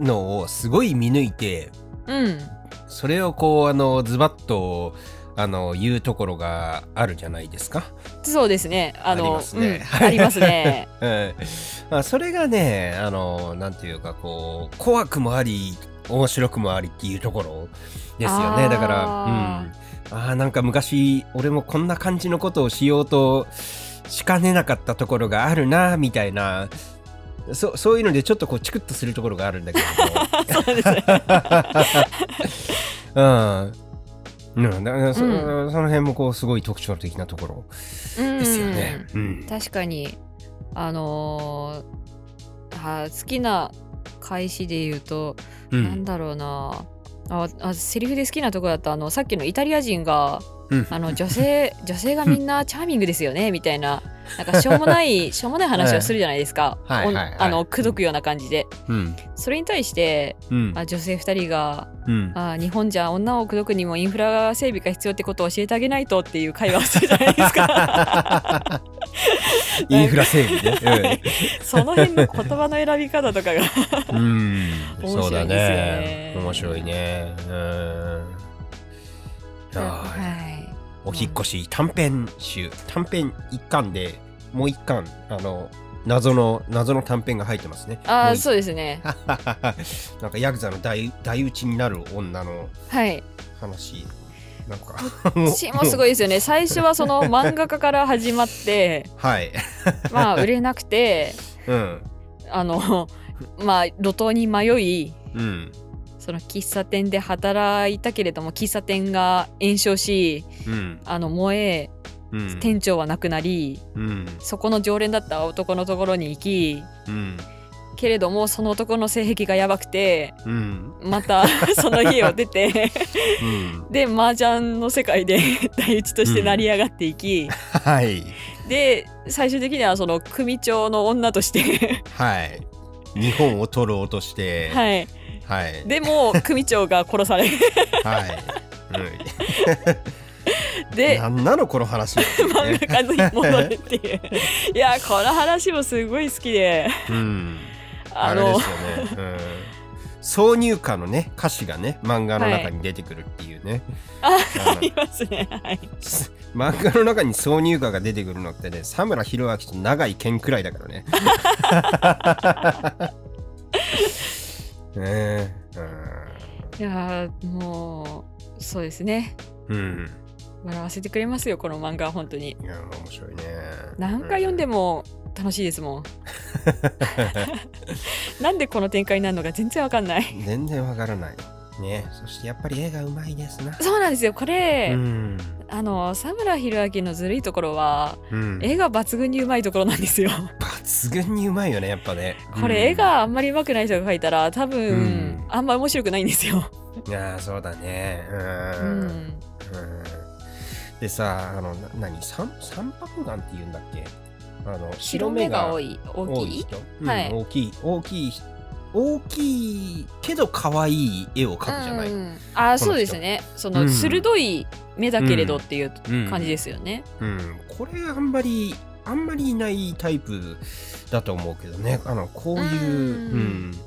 [SPEAKER 1] のをすごい見抜いて
[SPEAKER 2] うん
[SPEAKER 1] それをこうあのズバッとあの言うところがあるじゃないですか。
[SPEAKER 2] そうですねあ
[SPEAKER 1] あ
[SPEAKER 2] の
[SPEAKER 1] りますね
[SPEAKER 2] うん、ありま すね
[SPEAKER 1] うんまあ、それがねあのなんていうかこう怖くもあり面白くもありっていうところですよ
[SPEAKER 2] あ
[SPEAKER 1] ね
[SPEAKER 2] ー
[SPEAKER 1] だから、うん、あーなんか昔俺もこんな感じのことをしようとしかねなかったところがあるなみたいなそそういうのでちょっとこうチクッとするところがあるんだけ
[SPEAKER 2] そうですね
[SPEAKER 1] ども うん、うん、だからそ,、
[SPEAKER 2] う
[SPEAKER 1] その辺もこうすごい特徴的なところ
[SPEAKER 2] うん
[SPEAKER 1] ですよね。うん
[SPEAKER 2] 確かにあのーあ好きな返しで言うと、
[SPEAKER 1] うん
[SPEAKER 2] なんだろうなああセリフで好きなとこだったあのさっきのイタリア人が
[SPEAKER 1] うん
[SPEAKER 2] あの 女性女性がみんなチャーミングですよねみたいななんかしょうもな いしょうもない話をするじゃないですか、
[SPEAKER 1] はいはいはい
[SPEAKER 2] おあの口説くような感じで
[SPEAKER 1] うん
[SPEAKER 2] それに対して
[SPEAKER 1] うん
[SPEAKER 2] あ女性2人が
[SPEAKER 1] うん
[SPEAKER 2] あ日本じゃ女を口説くにもインフラ整備が必要ってことを教えてあげないとっていう会話をするじゃないで すか
[SPEAKER 1] インフラ整 備ね。
[SPEAKER 2] その辺の言葉の選び方 とかが
[SPEAKER 1] うん。
[SPEAKER 2] 面
[SPEAKER 1] そう
[SPEAKER 2] 白
[SPEAKER 1] だ
[SPEAKER 2] いで
[SPEAKER 1] ね
[SPEAKER 2] すよね。
[SPEAKER 1] 面白いね。うん。はい
[SPEAKER 2] はい
[SPEAKER 1] お引っ越し短編集短編一巻でもう一巻あの謎の謎の短編が入ってますね。
[SPEAKER 2] あ
[SPEAKER 1] もう
[SPEAKER 2] あ
[SPEAKER 1] 一
[SPEAKER 2] そうですね
[SPEAKER 1] なんかヤクザの大大打ちになる女の
[SPEAKER 2] はい
[SPEAKER 1] 話なんか
[SPEAKER 2] 私もすごいですよね最初はその漫画家から始まって
[SPEAKER 1] はい。
[SPEAKER 2] まあ売れなくて
[SPEAKER 1] うん
[SPEAKER 2] あのまあ路頭に迷い
[SPEAKER 1] うん
[SPEAKER 2] その喫茶店で働いたけれども喫茶店が延焼し
[SPEAKER 1] うん
[SPEAKER 2] あの燃え
[SPEAKER 1] うん
[SPEAKER 2] 店長は亡くなり、
[SPEAKER 1] うん
[SPEAKER 2] そこの常連だった男のところに行き
[SPEAKER 1] うん
[SPEAKER 2] けれどもその男の性癖がやばくて
[SPEAKER 1] うん
[SPEAKER 2] また その家を出て
[SPEAKER 1] うん
[SPEAKER 2] で麻雀の世界で 大打ちとして成り上がっていき、
[SPEAKER 1] はい。
[SPEAKER 2] で最終的にはその組長の女として
[SPEAKER 1] はい。日本を取ろうとして、はい。
[SPEAKER 2] はい
[SPEAKER 1] はい。
[SPEAKER 2] でもう組長が殺さ れ
[SPEAKER 1] うん、
[SPEAKER 2] で
[SPEAKER 1] なんなのこの話、ね、
[SPEAKER 2] 漫画家に戻るっていう いやこの話もすごい好きで
[SPEAKER 1] うん。あ
[SPEAKER 2] あ
[SPEAKER 1] れ
[SPEAKER 2] の
[SPEAKER 1] ですよね。うん。挿入歌のね歌詞がね漫画の中に出てくるっていうね、
[SPEAKER 2] あ
[SPEAKER 1] あの
[SPEAKER 2] ありますねはい
[SPEAKER 1] す漫画の中に挿入歌が出てくるのってね佐村弘明と永井健くらいだから ね。 ねえ
[SPEAKER 2] いやーもうそうですね
[SPEAKER 1] うん、うん、
[SPEAKER 2] 笑わせてくれますよこの漫画は本当に
[SPEAKER 1] いや面白いね。
[SPEAKER 2] 何回読んで
[SPEAKER 1] も、
[SPEAKER 2] も楽しいですもん なんでこの展開になるのか全然わかんない
[SPEAKER 1] 全然わからないねそしてやっぱり絵がうまいですな
[SPEAKER 2] そうなんですよこれ、
[SPEAKER 1] うん、
[SPEAKER 2] あの佐村弘明のずるいところは
[SPEAKER 1] うん、
[SPEAKER 2] 絵が抜群にうまいところなんですよ
[SPEAKER 1] 抜群にうまいよねやっぱね
[SPEAKER 2] これ、絵があんまりうまくない人が描いたら多分、
[SPEAKER 1] うん
[SPEAKER 2] あんま面白くないんですよ、
[SPEAKER 1] うんいやーそうだねう、
[SPEAKER 2] うん
[SPEAKER 1] うん
[SPEAKER 2] ん、
[SPEAKER 1] でさあのな何三三白眼って言うんだっけあの
[SPEAKER 2] 白目が多
[SPEAKER 1] い
[SPEAKER 2] い
[SPEAKER 1] 大
[SPEAKER 2] 大きい
[SPEAKER 1] 人、うん
[SPEAKER 2] はい
[SPEAKER 1] 大きい大きい大きいけど可愛い絵を描くじゃない、
[SPEAKER 2] うんあーそうですねその、
[SPEAKER 1] うん
[SPEAKER 2] 鋭い目だけれどっていう
[SPEAKER 1] うん
[SPEAKER 2] 感じですよね、
[SPEAKER 1] うん、これあんまりあんまりいないタイプだと思うけどねあのこういう、
[SPEAKER 2] う
[SPEAKER 1] うんん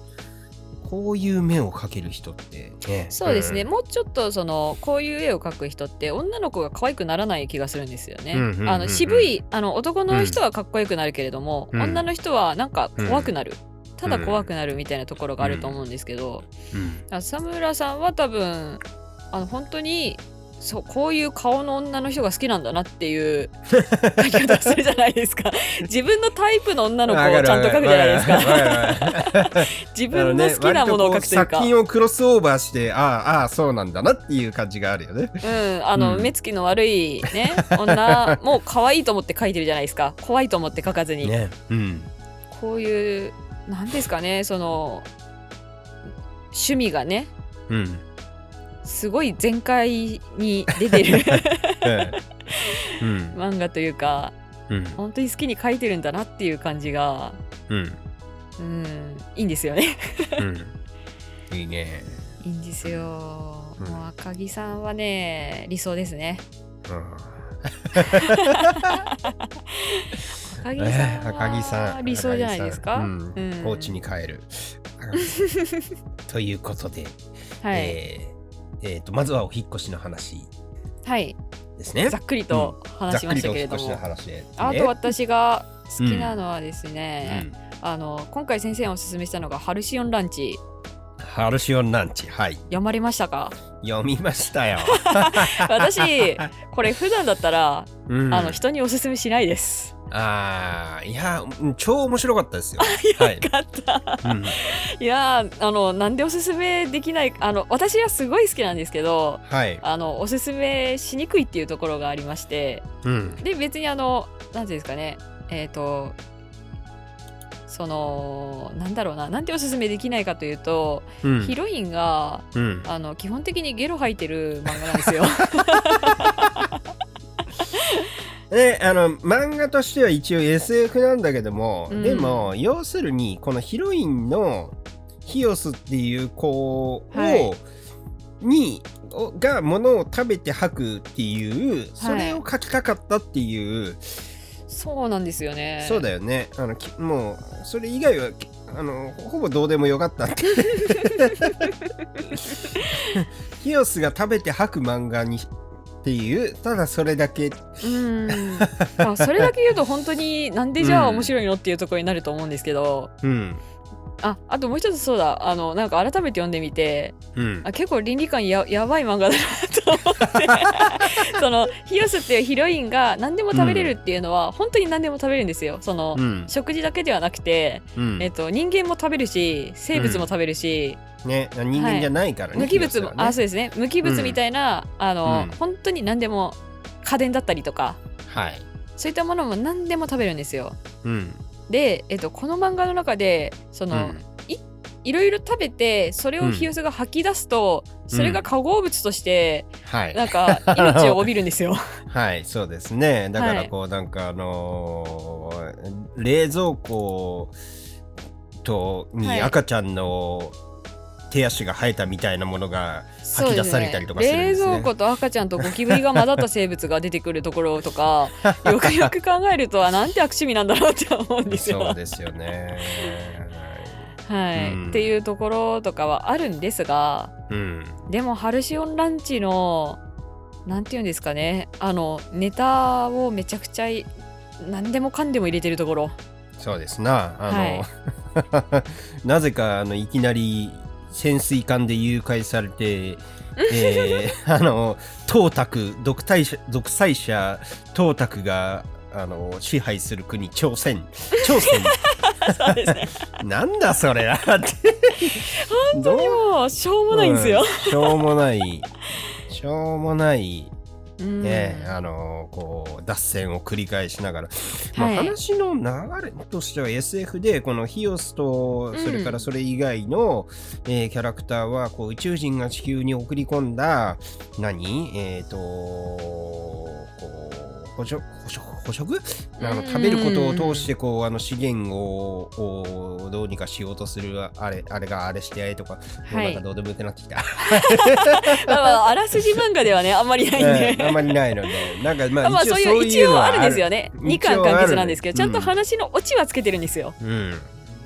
[SPEAKER 1] こういう目をかける人ってね
[SPEAKER 2] そうですね、
[SPEAKER 1] ん
[SPEAKER 2] もうちょっとそのこういう絵を描く人って女の子が可愛くならない気がするんですよね。
[SPEAKER 1] うんうんうんうん
[SPEAKER 2] あの渋いあの男の人はかっこよくなるけれども、
[SPEAKER 1] うん
[SPEAKER 2] 女の人はなんか怖くなる、ただ怖くなるみたいなところがあると思うんですけど、
[SPEAKER 1] うん
[SPEAKER 2] 浅村さんは多分あの本当にそうこういう顔の女の人が好きなんだなっ ていう描き方するじゃないですか自分のタイプの女の子をちゃんと描くじゃないです
[SPEAKER 1] わ
[SPEAKER 2] か
[SPEAKER 1] るわかるわかるわか る
[SPEAKER 2] 自分の好きなものを描くという
[SPEAKER 1] あのね割こう作
[SPEAKER 2] か。
[SPEAKER 1] 品をクロスオーバーしてああああそうなんだなっていう感じがあるよね
[SPEAKER 2] うん、あの、
[SPEAKER 1] うん
[SPEAKER 2] 目つきの悪い ね女もう可愛いと思って描いてるじゃないですか怖いと思って描かずに、
[SPEAKER 1] ねうん
[SPEAKER 2] こういうなんですかねその趣味がね
[SPEAKER 1] うん。
[SPEAKER 2] すごい全開に出てる
[SPEAKER 1] うん。
[SPEAKER 2] 漫画というか
[SPEAKER 1] うん。
[SPEAKER 2] 本当に好きに描いてるんだなっていう感じが
[SPEAKER 1] うん。
[SPEAKER 2] うんいいんですよね
[SPEAKER 1] うん。いいね。
[SPEAKER 2] いいんですよ、
[SPEAKER 1] うん
[SPEAKER 2] もう赤木さんはね理想ですね
[SPEAKER 1] うん。え
[SPEAKER 2] 赤木さんは
[SPEAKER 1] ー赤木さん。
[SPEAKER 2] 理想じゃないですか、
[SPEAKER 1] 赤木さんうん。高知に帰る。 ということで、
[SPEAKER 2] はい、
[SPEAKER 1] えーえーとまずはお引っ越しの話
[SPEAKER 2] はい
[SPEAKER 1] ですね
[SPEAKER 2] ざ。っくりと
[SPEAKER 1] ざ
[SPEAKER 2] 話
[SPEAKER 1] っ
[SPEAKER 2] し
[SPEAKER 1] く
[SPEAKER 2] ま
[SPEAKER 1] り
[SPEAKER 2] した
[SPEAKER 1] とお
[SPEAKER 2] け
[SPEAKER 1] 引っ
[SPEAKER 2] れど
[SPEAKER 1] 越し
[SPEAKER 2] も、
[SPEAKER 1] の話です、ね。
[SPEAKER 2] あと私が好きなのはですね、
[SPEAKER 1] うん
[SPEAKER 2] あの今回先生がおすすめしたのが「ハルシオンランチ
[SPEAKER 1] ハルシオンランチ、はい。」
[SPEAKER 2] 読まれまし たか
[SPEAKER 1] 読みました よ。
[SPEAKER 2] 私これ普段だったら、
[SPEAKER 1] うん、
[SPEAKER 2] あの人におすすめしないです。
[SPEAKER 1] あーいや、うん超面白かったで すよ。はい
[SPEAKER 2] よかった
[SPEAKER 1] うん、
[SPEAKER 2] いやーあのなんでおすすめできないあの私はすごい好きなんですけど
[SPEAKER 1] はい。
[SPEAKER 2] あのおすすめしにくいっていうところがありまして
[SPEAKER 1] うん。
[SPEAKER 2] で別にあの何ていうんですかねえっ、とそのなんだろうななんておすすめできないかというと、
[SPEAKER 1] うん
[SPEAKER 2] ヒロインが
[SPEAKER 1] うん
[SPEAKER 2] あの基本的にゲロ吐いてる漫画なん ですよ。
[SPEAKER 1] えあの漫画としては一応 SF なんだけども、
[SPEAKER 2] うん
[SPEAKER 1] でも要するにこのヒロインのヒオスっていう子を、
[SPEAKER 2] はい
[SPEAKER 1] におが物を食べて吐くっていうそれを書きたかったっていう、
[SPEAKER 2] そうなんですよね。
[SPEAKER 1] そうだよねあのきもうそれ以外はきあのほぼどうでもよかったって ヒオスが食べて吐く漫画にっていうただそれだけ
[SPEAKER 2] うーん。あそれだけ言うと本当になんでじゃあ
[SPEAKER 1] うん
[SPEAKER 2] 面白いのっていうところになると思うんですけど、
[SPEAKER 1] うん
[SPEAKER 2] ああともう一つそうだあのなんか改めて読んでみて
[SPEAKER 1] うん
[SPEAKER 2] あ結構倫理観ややばい漫画だなと思ってそのヒヨスっていうヒロインが何でも食べれるっていうのは、本当に何でも食べるんですよその、
[SPEAKER 1] うん
[SPEAKER 2] 食事だけではなくて、
[SPEAKER 1] うん
[SPEAKER 2] えっと、人間も食べるし生物も食べるし、
[SPEAKER 1] ね、人間じゃないからね。
[SPEAKER 2] 無機物も、
[SPEAKER 1] 要
[SPEAKER 2] あ
[SPEAKER 1] す
[SPEAKER 2] そうですね無機物みたいな、あの、
[SPEAKER 1] うん
[SPEAKER 2] 本当に何でも家電だったりとか
[SPEAKER 1] るにはい。
[SPEAKER 2] そういったものも何でも食べるんですよ
[SPEAKER 1] うん。
[SPEAKER 2] で、えっと、この漫画の中でその、
[SPEAKER 1] うん
[SPEAKER 2] いろいろ食べてそれをヒヨスが吐き出すと、それが化合物として
[SPEAKER 1] はい。
[SPEAKER 2] なんか命を帯びるんですよ。
[SPEAKER 1] はい、そうですね。だか
[SPEAKER 2] は
[SPEAKER 1] ら
[SPEAKER 2] い
[SPEAKER 1] こう、なんかあのー冷蔵庫と
[SPEAKER 2] はい
[SPEAKER 1] に赤ちゃんの手足が生えたみたいなものが、
[SPEAKER 2] そうで
[SPEAKER 1] 吐き
[SPEAKER 2] す
[SPEAKER 1] 出されたりとかするんですね
[SPEAKER 2] 冷蔵庫と赤ちゃんとゴキブリが混ざった生物が出てくるところ とかよくよく考えるとはなんて悪趣味なんだろうって思うんですよ。
[SPEAKER 1] そう
[SPEAKER 2] は
[SPEAKER 1] ですよね。
[SPEAKER 2] い、
[SPEAKER 1] うん
[SPEAKER 2] っていうところとかはあるんですが
[SPEAKER 1] うん。
[SPEAKER 2] でもハルシオンランチのなんていうんですかねあのネタをめちゃくちゃい何でもかんでも入れてると ころ。
[SPEAKER 1] そうですな。あの、 なぜか、あの、いきなり潜水艦で誘拐され て、えーあの、董卓、独裁者、独裁者、董卓が、あの、支配する国、朝 鮮。朝鮮。
[SPEAKER 2] そうですね
[SPEAKER 1] なんだそれだって。本
[SPEAKER 2] でもしょうもないんですよ。
[SPEAKER 1] しょうも ない。しょうもない。
[SPEAKER 2] うん
[SPEAKER 1] ねえ、あのこう脱線を繰り返しながら、まあ
[SPEAKER 2] はい
[SPEAKER 1] 話の流れとしては SF でこのヒオスとそれからそれ以外の、えーキャラクターはこう宇宙人が地球に送り込んだ何えっ、とこう捕食捕食捕食あ
[SPEAKER 2] う
[SPEAKER 1] の
[SPEAKER 2] ん
[SPEAKER 1] 食べることを通してこうあの資源ををどうにかしようとするあれあれがあれしてとか、もう
[SPEAKER 2] は
[SPEAKER 1] ないんかどうでもよくなってきた。
[SPEAKER 2] まあまああらすじ漫画ではねあんま りないんで、
[SPEAKER 1] うんあんまりないので、なんかま
[SPEAKER 2] まあま
[SPEAKER 1] あ
[SPEAKER 2] あ
[SPEAKER 1] 一応
[SPEAKER 2] そう
[SPEAKER 1] そ
[SPEAKER 2] いうう
[SPEAKER 1] い
[SPEAKER 2] 一
[SPEAKER 1] うの
[SPEAKER 2] 応
[SPEAKER 1] は
[SPEAKER 2] あるんですよね
[SPEAKER 1] 一応
[SPEAKER 2] 2巻完結なんですけどち
[SPEAKER 1] あ
[SPEAKER 2] ゃ
[SPEAKER 1] る
[SPEAKER 2] んと話のオチはつけてるんですよ、
[SPEAKER 1] うん、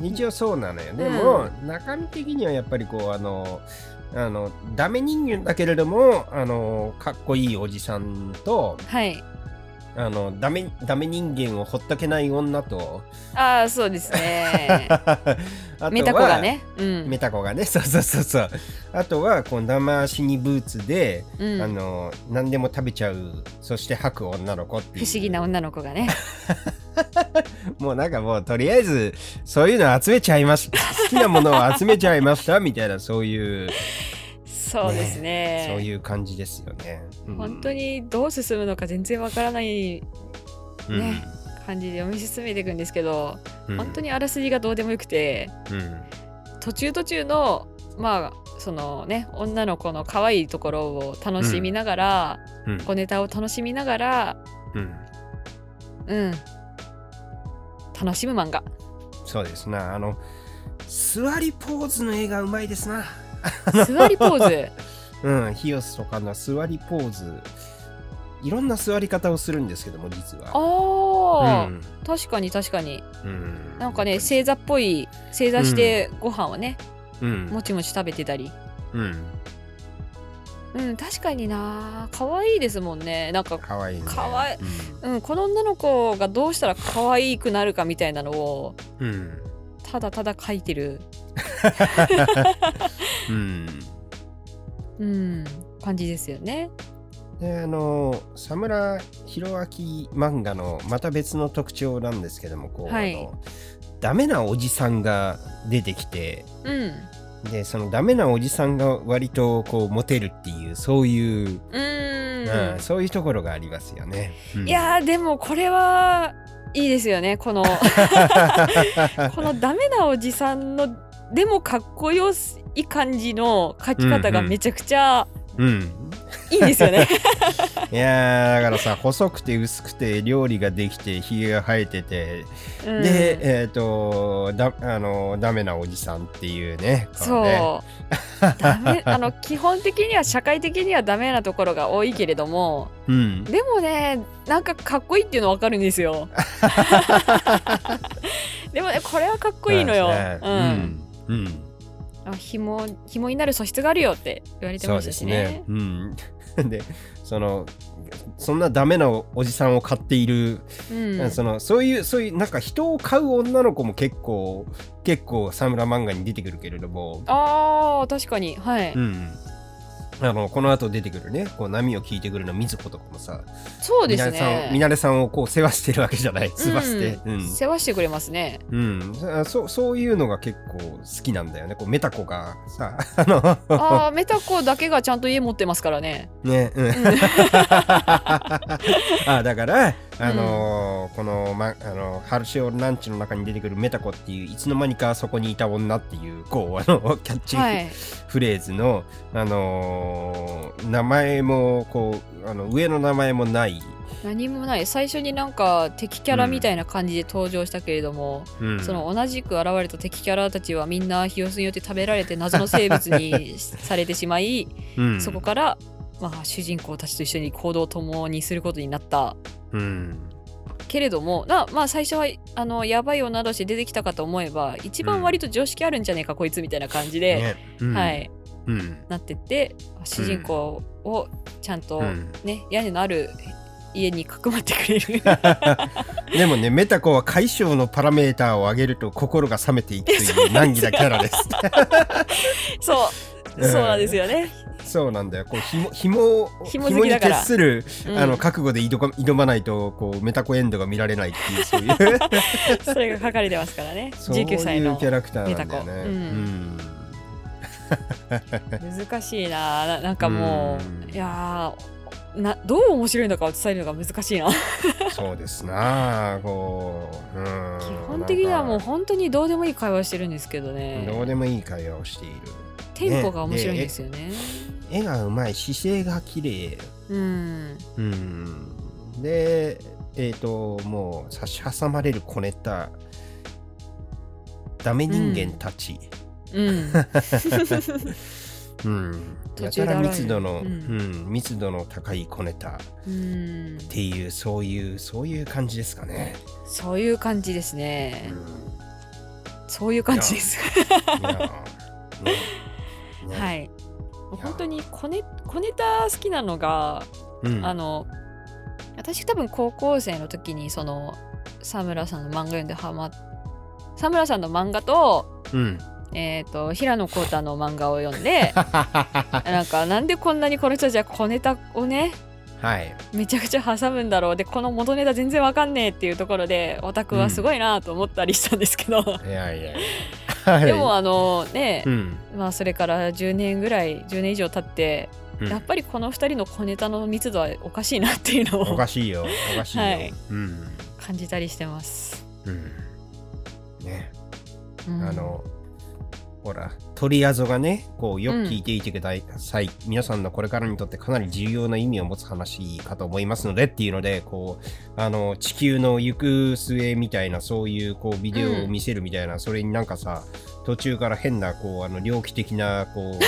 [SPEAKER 1] 一応そうなのよ。でも、中身的にはやっぱりこうあのあのダメ人間だけれどもあのかっこいいおじさんと
[SPEAKER 2] はい
[SPEAKER 1] あのダメダメ人間をほったけない女と
[SPEAKER 2] ああそうですね
[SPEAKER 1] あとは
[SPEAKER 2] メタコがねうん
[SPEAKER 1] メタコがね そうそうそうそうあとはこう生足にブーツで、
[SPEAKER 2] うん
[SPEAKER 1] あの何でも食べちゃうそして吐く女の子ってい
[SPEAKER 2] 不
[SPEAKER 1] う
[SPEAKER 2] 思議な女の子がね
[SPEAKER 1] もうなんかもうとりあえずそういうの集めちゃいました好きなものを集めちゃいましたみたいなそういう、
[SPEAKER 2] そうですね
[SPEAKER 1] そういう感じですよね。うん
[SPEAKER 2] 本当にどう進むのか全然わからない
[SPEAKER 1] うん
[SPEAKER 2] ね感じで読み進めていくんですけど、
[SPEAKER 1] うん
[SPEAKER 2] 本当にあらすじがどうでもよくて
[SPEAKER 1] うん
[SPEAKER 2] 途中途中のまあそのね女の子の可愛いところを楽しみながら、
[SPEAKER 1] うん
[SPEAKER 2] 小ネタを楽しみながら
[SPEAKER 1] うん
[SPEAKER 2] うん楽し む漫画
[SPEAKER 1] そうですなあの座りポーズの映画うまいですな
[SPEAKER 2] 座りポー ズ
[SPEAKER 1] うんヒヨスとかの座りポーズいろんな座り方をするんですけども実は
[SPEAKER 2] あー、
[SPEAKER 1] うん
[SPEAKER 2] 確かに確かに
[SPEAKER 1] うん
[SPEAKER 2] なんかね正座っぽい正座してご飯をね、
[SPEAKER 1] うん
[SPEAKER 2] もちもち食べてたり
[SPEAKER 1] うん
[SPEAKER 2] うん確かにな可愛いですもんねなんか
[SPEAKER 1] かわいいね
[SPEAKER 2] かわい
[SPEAKER 1] うん
[SPEAKER 2] うん、この女の子がどうしたら可愛くなるかみたいなのを
[SPEAKER 1] うん
[SPEAKER 2] ただただ書いてる、
[SPEAKER 1] うん
[SPEAKER 2] うん、感じですよね。
[SPEAKER 1] であの佐村弘明漫画のまた別の特徴なんですけどもこう、
[SPEAKER 2] はい
[SPEAKER 1] あのダメなおじさんが出てきて
[SPEAKER 2] うん、
[SPEAKER 1] でそのダメなおじさんが割とこうモテるっていうそういう、
[SPEAKER 2] うーん
[SPEAKER 1] うん、そういうところがありますよね。うん
[SPEAKER 2] いやーでもこれはいいですよねこ のこのダメなおじさんのでもかっこよい感じの書き方がめちゃくちゃ
[SPEAKER 1] うん、
[SPEAKER 2] いいですよね。
[SPEAKER 1] いやーだからさ細くて薄くて料理ができてひげが生えてて、
[SPEAKER 2] うん
[SPEAKER 1] でえっ、とだあのダメなおじさんっていうねこね
[SPEAKER 2] そうダメあの基本的には社会的にはダメなところが多いけれども
[SPEAKER 1] うん
[SPEAKER 2] でもねなんかかっこいいっていうのわかるんで すよでもねこれはかっこいいのよ、
[SPEAKER 1] そうですねう
[SPEAKER 2] うん
[SPEAKER 1] んうん
[SPEAKER 2] あ紐紐になる素質があるよって言われて
[SPEAKER 1] そう
[SPEAKER 2] まし
[SPEAKER 1] で
[SPEAKER 2] た
[SPEAKER 1] す
[SPEAKER 2] し
[SPEAKER 1] ね
[SPEAKER 2] ね。
[SPEAKER 1] うん、 でそのそんなダメなおじさんを買っている、
[SPEAKER 2] うん
[SPEAKER 1] そのそういうそういうなんか人を買う女の子も結構結構沢村漫画に出てくるけれども、
[SPEAKER 2] あー確かにはい、
[SPEAKER 1] うん、あのこの後出てくるねこう波を聞いてくるのみずことかもさ
[SPEAKER 2] そう
[SPEAKER 1] み
[SPEAKER 2] で
[SPEAKER 1] な
[SPEAKER 2] す
[SPEAKER 1] れさんをみ
[SPEAKER 2] ね
[SPEAKER 1] なれさんをこう世話してるわけじゃない世話して、
[SPEAKER 2] う
[SPEAKER 1] うんん
[SPEAKER 2] 世話してくれます ね
[SPEAKER 1] うんそそうそういうのが結構好きなんだよねこうメタ子がさあの
[SPEAKER 2] あーメタコだけがちゃんと家持ってますか らね
[SPEAKER 1] ね、うん、あだから、あのーこの、ま、あのハルシオランチの中に出てくるメタコっていういつの間にかそこにいた女っていうこうあのキャッチ
[SPEAKER 2] はい
[SPEAKER 1] フレーズの、あのー名前もこうあの上の名前もない、
[SPEAKER 2] 何もない最初になんか敵キャラみたいな感じで登場したけれども、
[SPEAKER 1] うん
[SPEAKER 2] その同じく現れた敵キャラたちはみんなヒヨスによって食べられて謎の生物 にされてしまい、
[SPEAKER 1] うん
[SPEAKER 2] そこから、まあ、主人公たちと一緒に行動を共にすることになった
[SPEAKER 1] うん
[SPEAKER 2] けれどもなまあ最初はあのやばい女として出てきたかと思えば一
[SPEAKER 1] うん
[SPEAKER 2] 番割と常識あるんじゃねえか、こいつみたいな感じで、
[SPEAKER 1] ねうん
[SPEAKER 2] はい、
[SPEAKER 1] うん
[SPEAKER 2] なってって主人公をちゃんと、
[SPEAKER 1] うん
[SPEAKER 2] ね屋根のある家にかくまってく れる。
[SPEAKER 1] でもねメタコは解消のパラメーターを上げると心が冷めていくという難儀なキャラです。
[SPEAKER 2] そう、そうなんですよね。
[SPEAKER 1] そうなんだよ。こう紐紐を
[SPEAKER 2] 紐
[SPEAKER 1] 紐
[SPEAKER 2] 好き
[SPEAKER 1] に
[SPEAKER 2] だから
[SPEAKER 1] 徹する、
[SPEAKER 2] うん
[SPEAKER 1] あの覚悟で挑か挑まないとこうメタコエンドが見られないっていう そういう
[SPEAKER 2] それが書かれてますからね。
[SPEAKER 1] そういうキ
[SPEAKER 2] 19歳の
[SPEAKER 1] ャラクターなんだよね。
[SPEAKER 2] 難しいな、ななんかも
[SPEAKER 1] うん
[SPEAKER 2] う、いやーな、どう面白いのかを伝えるのが難し いな。
[SPEAKER 1] うんそうですなあ。こう、うん、
[SPEAKER 2] 基本的にはもう
[SPEAKER 1] なんか
[SPEAKER 2] 本当にどうでもいい会話してるんですけど
[SPEAKER 1] どう
[SPEAKER 2] ね。
[SPEAKER 1] でもいい会話をしている。
[SPEAKER 2] テンポが面白いんですよね。
[SPEAKER 1] 絵がうまい、姿勢が綺麗。
[SPEAKER 2] うん。
[SPEAKER 1] うん。で、えっ、ともう差し挟まれる小ネタ。ダメ人間たち。
[SPEAKER 2] うん。
[SPEAKER 1] うん、
[SPEAKER 2] 途
[SPEAKER 1] や
[SPEAKER 2] 中
[SPEAKER 1] た
[SPEAKER 2] で
[SPEAKER 1] ら
[SPEAKER 2] 現れる
[SPEAKER 1] 密度の、う
[SPEAKER 2] うんん
[SPEAKER 1] 密度の高い小ネタっ
[SPEAKER 2] うん。
[SPEAKER 1] ていうそういうそういう感じですかね。
[SPEAKER 2] そういう感じですね
[SPEAKER 1] う。ん、
[SPEAKER 2] そういう感じです。
[SPEAKER 1] いやー ねね
[SPEAKER 2] はい。もう本当に小ネ小ネタ好きなのが
[SPEAKER 1] うん
[SPEAKER 2] あの私多分高校生の時にその佐村さんの漫画読んでハマっ佐村さんの漫画と,、
[SPEAKER 1] うん、
[SPEAKER 2] えー、と平野浩太の漫画を読んでなんかなんでこんなにこの人たちは小ネタをね
[SPEAKER 1] はい、
[SPEAKER 2] めちゃくちゃ挟むんだろうでこの元ネタ全然わかんねえっていうところでオタクはすごいなと思ったりしたんですけど、
[SPEAKER 1] いやいやいや。はい
[SPEAKER 2] でもあのね
[SPEAKER 1] う、ん
[SPEAKER 2] まあ、それから10年ぐらい10年以上経って
[SPEAKER 1] うん
[SPEAKER 2] やっぱりこの2人の小ネタの密度はおかしいなっていうの
[SPEAKER 1] お
[SPEAKER 2] を
[SPEAKER 1] かしいよおかしいよ、
[SPEAKER 2] はい
[SPEAKER 1] うん
[SPEAKER 2] 感じたりしてます。
[SPEAKER 1] うんね
[SPEAKER 2] うん
[SPEAKER 1] あのほらトリアゾがねこうよく聞いていてください、皆さんのこれからにとってかなり重要な意味を持つ話かと思いますのでっていうのでこうあの地球の行く末みたいなそういうこうビデオを見せるみたいな、それになんかさ途中から変なこうあの猟奇的なこう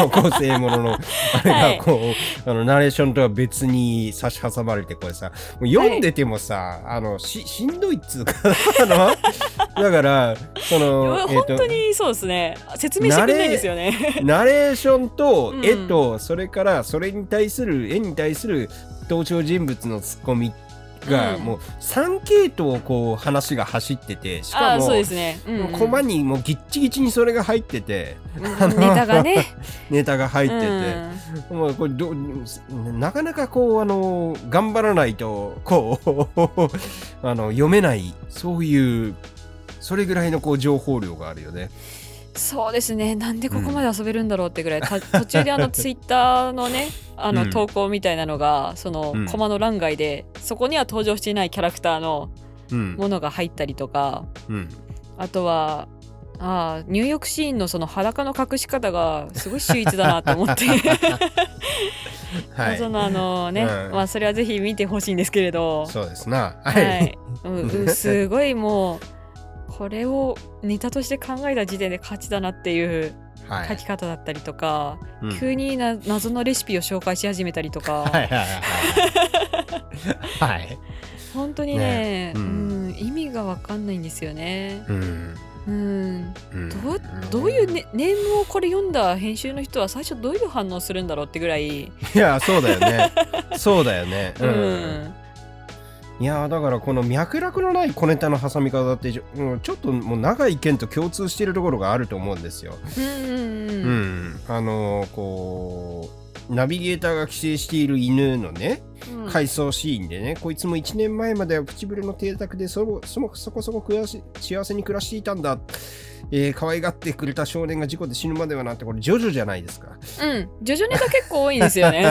[SPEAKER 1] こう構成もののあれがこう、あのナレーションとは別に差し挟まれてこれさもう読んでてもさ、あのししんどいっつうかあのだからそ
[SPEAKER 2] い
[SPEAKER 1] の
[SPEAKER 2] や
[SPEAKER 1] えっ
[SPEAKER 2] 本
[SPEAKER 1] と
[SPEAKER 2] 当にそうですね、説明してくれないんですよね。
[SPEAKER 1] ナレーションと
[SPEAKER 2] うん
[SPEAKER 1] 絵と、それからそれに対する絵に対する登場人物のツッコミが、
[SPEAKER 2] うん
[SPEAKER 1] もう3系統こう話が走っててし
[SPEAKER 2] あ
[SPEAKER 1] か
[SPEAKER 2] あー
[SPEAKER 1] も
[SPEAKER 2] そうですね。うんうん
[SPEAKER 1] もうコマにもうぎっちぎちにそれが入ってて
[SPEAKER 2] うんネタがね
[SPEAKER 1] ネタ が入って
[SPEAKER 2] うん
[SPEAKER 1] て、もうこれどなかなかこうあの頑張らないとこう あの読めないそういうそれぐらいのこう情報量があるよね。
[SPEAKER 2] そうですねなんでここまで遊べるんだろうってぐらい、た 途中で あのツイッターのねあ
[SPEAKER 1] うん
[SPEAKER 2] の投稿みたいなのが、その
[SPEAKER 1] うん
[SPEAKER 2] コマの欄外でそこには登場していないキャラクターの
[SPEAKER 1] うん
[SPEAKER 2] ものが入ったりとか
[SPEAKER 1] うん
[SPEAKER 2] あとはあー入浴シーンのその裸の隠し方がすごい秀逸だなと思って
[SPEAKER 1] はい
[SPEAKER 2] そのあのね、
[SPEAKER 1] うん
[SPEAKER 2] まあそれはぜひ見てほしいんですけれど
[SPEAKER 1] そうですな。
[SPEAKER 2] はい、 うんうん、すごいもうこれをネタとして考えた時点で勝ちだなっていう
[SPEAKER 1] は
[SPEAKER 2] 書き方だったりとか、
[SPEAKER 1] うん
[SPEAKER 2] 急にな謎のレシピを紹介し始めたりとか、
[SPEAKER 1] はいはいはいはい。はい。
[SPEAKER 2] 本当に
[SPEAKER 1] ね
[SPEAKER 2] ね
[SPEAKER 1] う
[SPEAKER 2] うんん、意味が分かんないんですよね。
[SPEAKER 1] うん。
[SPEAKER 2] うん、
[SPEAKER 1] うん
[SPEAKER 2] どうどういう、ね、ネームをこれ読んだ編集の人は最初どういう反応するんだろうってぐらい、
[SPEAKER 1] いやそうだよ ねそうだよね
[SPEAKER 2] う
[SPEAKER 1] うんん、いやだからこの脈絡のない小ネタの挟み方ってちょ,、うん、ちょっともう長井健と共通しているところがあると思うんですよ
[SPEAKER 2] うんうん
[SPEAKER 1] うん、あのーこうナビゲーターが帰省している犬のね
[SPEAKER 2] うん
[SPEAKER 1] 回想シーンでね、こいつも1年前までは唇の邸宅でそろそもそこそこ暮らし幸せに暮らしていたんだ、えー、可愛がってくれた少年が事故で死ぬまではなんてこれジョジョじゃない ですか
[SPEAKER 2] うん、ジョジョネタ結構多いんですよ ね。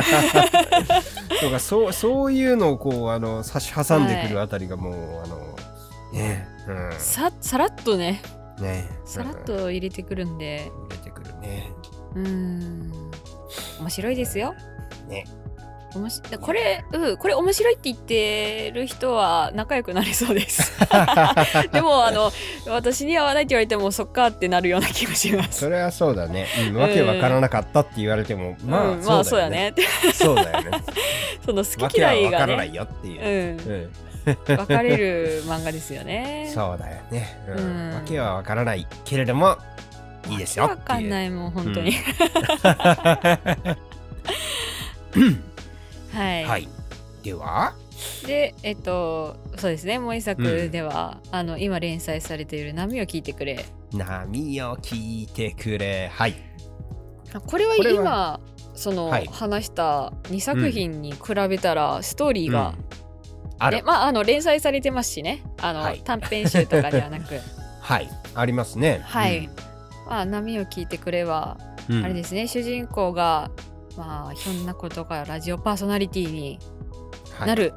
[SPEAKER 1] とかそうそういうのをこうあの差し挟んでくるあたりがもう、あのねえ
[SPEAKER 2] ささらっとね
[SPEAKER 1] うんねえ
[SPEAKER 2] さらっ
[SPEAKER 1] うん
[SPEAKER 2] と入れてくるんで、
[SPEAKER 1] 出てくるね
[SPEAKER 2] うん、面白いですよ。
[SPEAKER 1] ね
[SPEAKER 2] おもしこれ、うん、これ面白いって言ってる人は仲良くなれそ うです。でも、あの、私に合わないって言われても、そっかってなるような気がします。
[SPEAKER 1] それはそうだね、うん、わけわからなかったって言われても、
[SPEAKER 2] うん、
[SPEAKER 1] まあ、
[SPEAKER 2] まあ、そうだ
[SPEAKER 1] よ
[SPEAKER 2] ね。 って
[SPEAKER 1] そうだよね
[SPEAKER 2] その 好
[SPEAKER 1] わ
[SPEAKER 2] き
[SPEAKER 1] けは
[SPEAKER 2] 嫌い
[SPEAKER 1] わか
[SPEAKER 2] が
[SPEAKER 1] らない
[SPEAKER 2] ね。
[SPEAKER 1] よっていう、
[SPEAKER 2] う
[SPEAKER 1] うん
[SPEAKER 2] ん、分かれる漫画ですよね。
[SPEAKER 1] そうだよね、うん
[SPEAKER 2] うん
[SPEAKER 1] わけはわからないけれどもいいですよっていう
[SPEAKER 2] わかんないいもん、本当に。はい。
[SPEAKER 1] はいでは
[SPEAKER 2] で、えっと、そうですね、もう一作では、あの、今連載されている波を聞いてくれ。
[SPEAKER 1] 波を聞いてくれはい
[SPEAKER 2] あこれは
[SPEAKER 1] これは
[SPEAKER 2] 今その、
[SPEAKER 1] はい
[SPEAKER 2] 話した2作品に比べたらストーリーが
[SPEAKER 1] う、んある
[SPEAKER 2] ねまあ、あの連載されてますしねあの、
[SPEAKER 1] はい
[SPEAKER 2] 短編集とかではな く
[SPEAKER 1] はいありますね
[SPEAKER 2] はい、まあ、波を聞いてくれは、
[SPEAKER 1] うん
[SPEAKER 2] あれですね主人公が、まあ、ひょんなことからラジオパーソナリティになる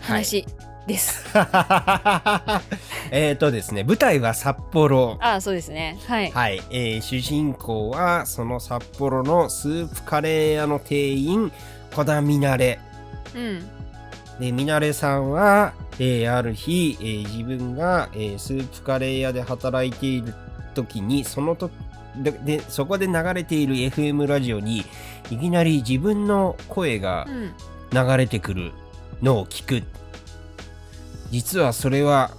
[SPEAKER 2] 話です。
[SPEAKER 1] はい えっとですね舞台は札幌
[SPEAKER 2] あそうですねはい、
[SPEAKER 1] はい、えー主人公はその札幌のスープカレー屋の店員小田みなれ
[SPEAKER 2] うん
[SPEAKER 1] でみなれさんは、えーある日、えー自分が、えースープカレー屋で働いている時にそのとででそこで流れている FM ラジオにいきなり自分の声が
[SPEAKER 2] うん、
[SPEAKER 1] 流れてくるのを聞く実はそれは、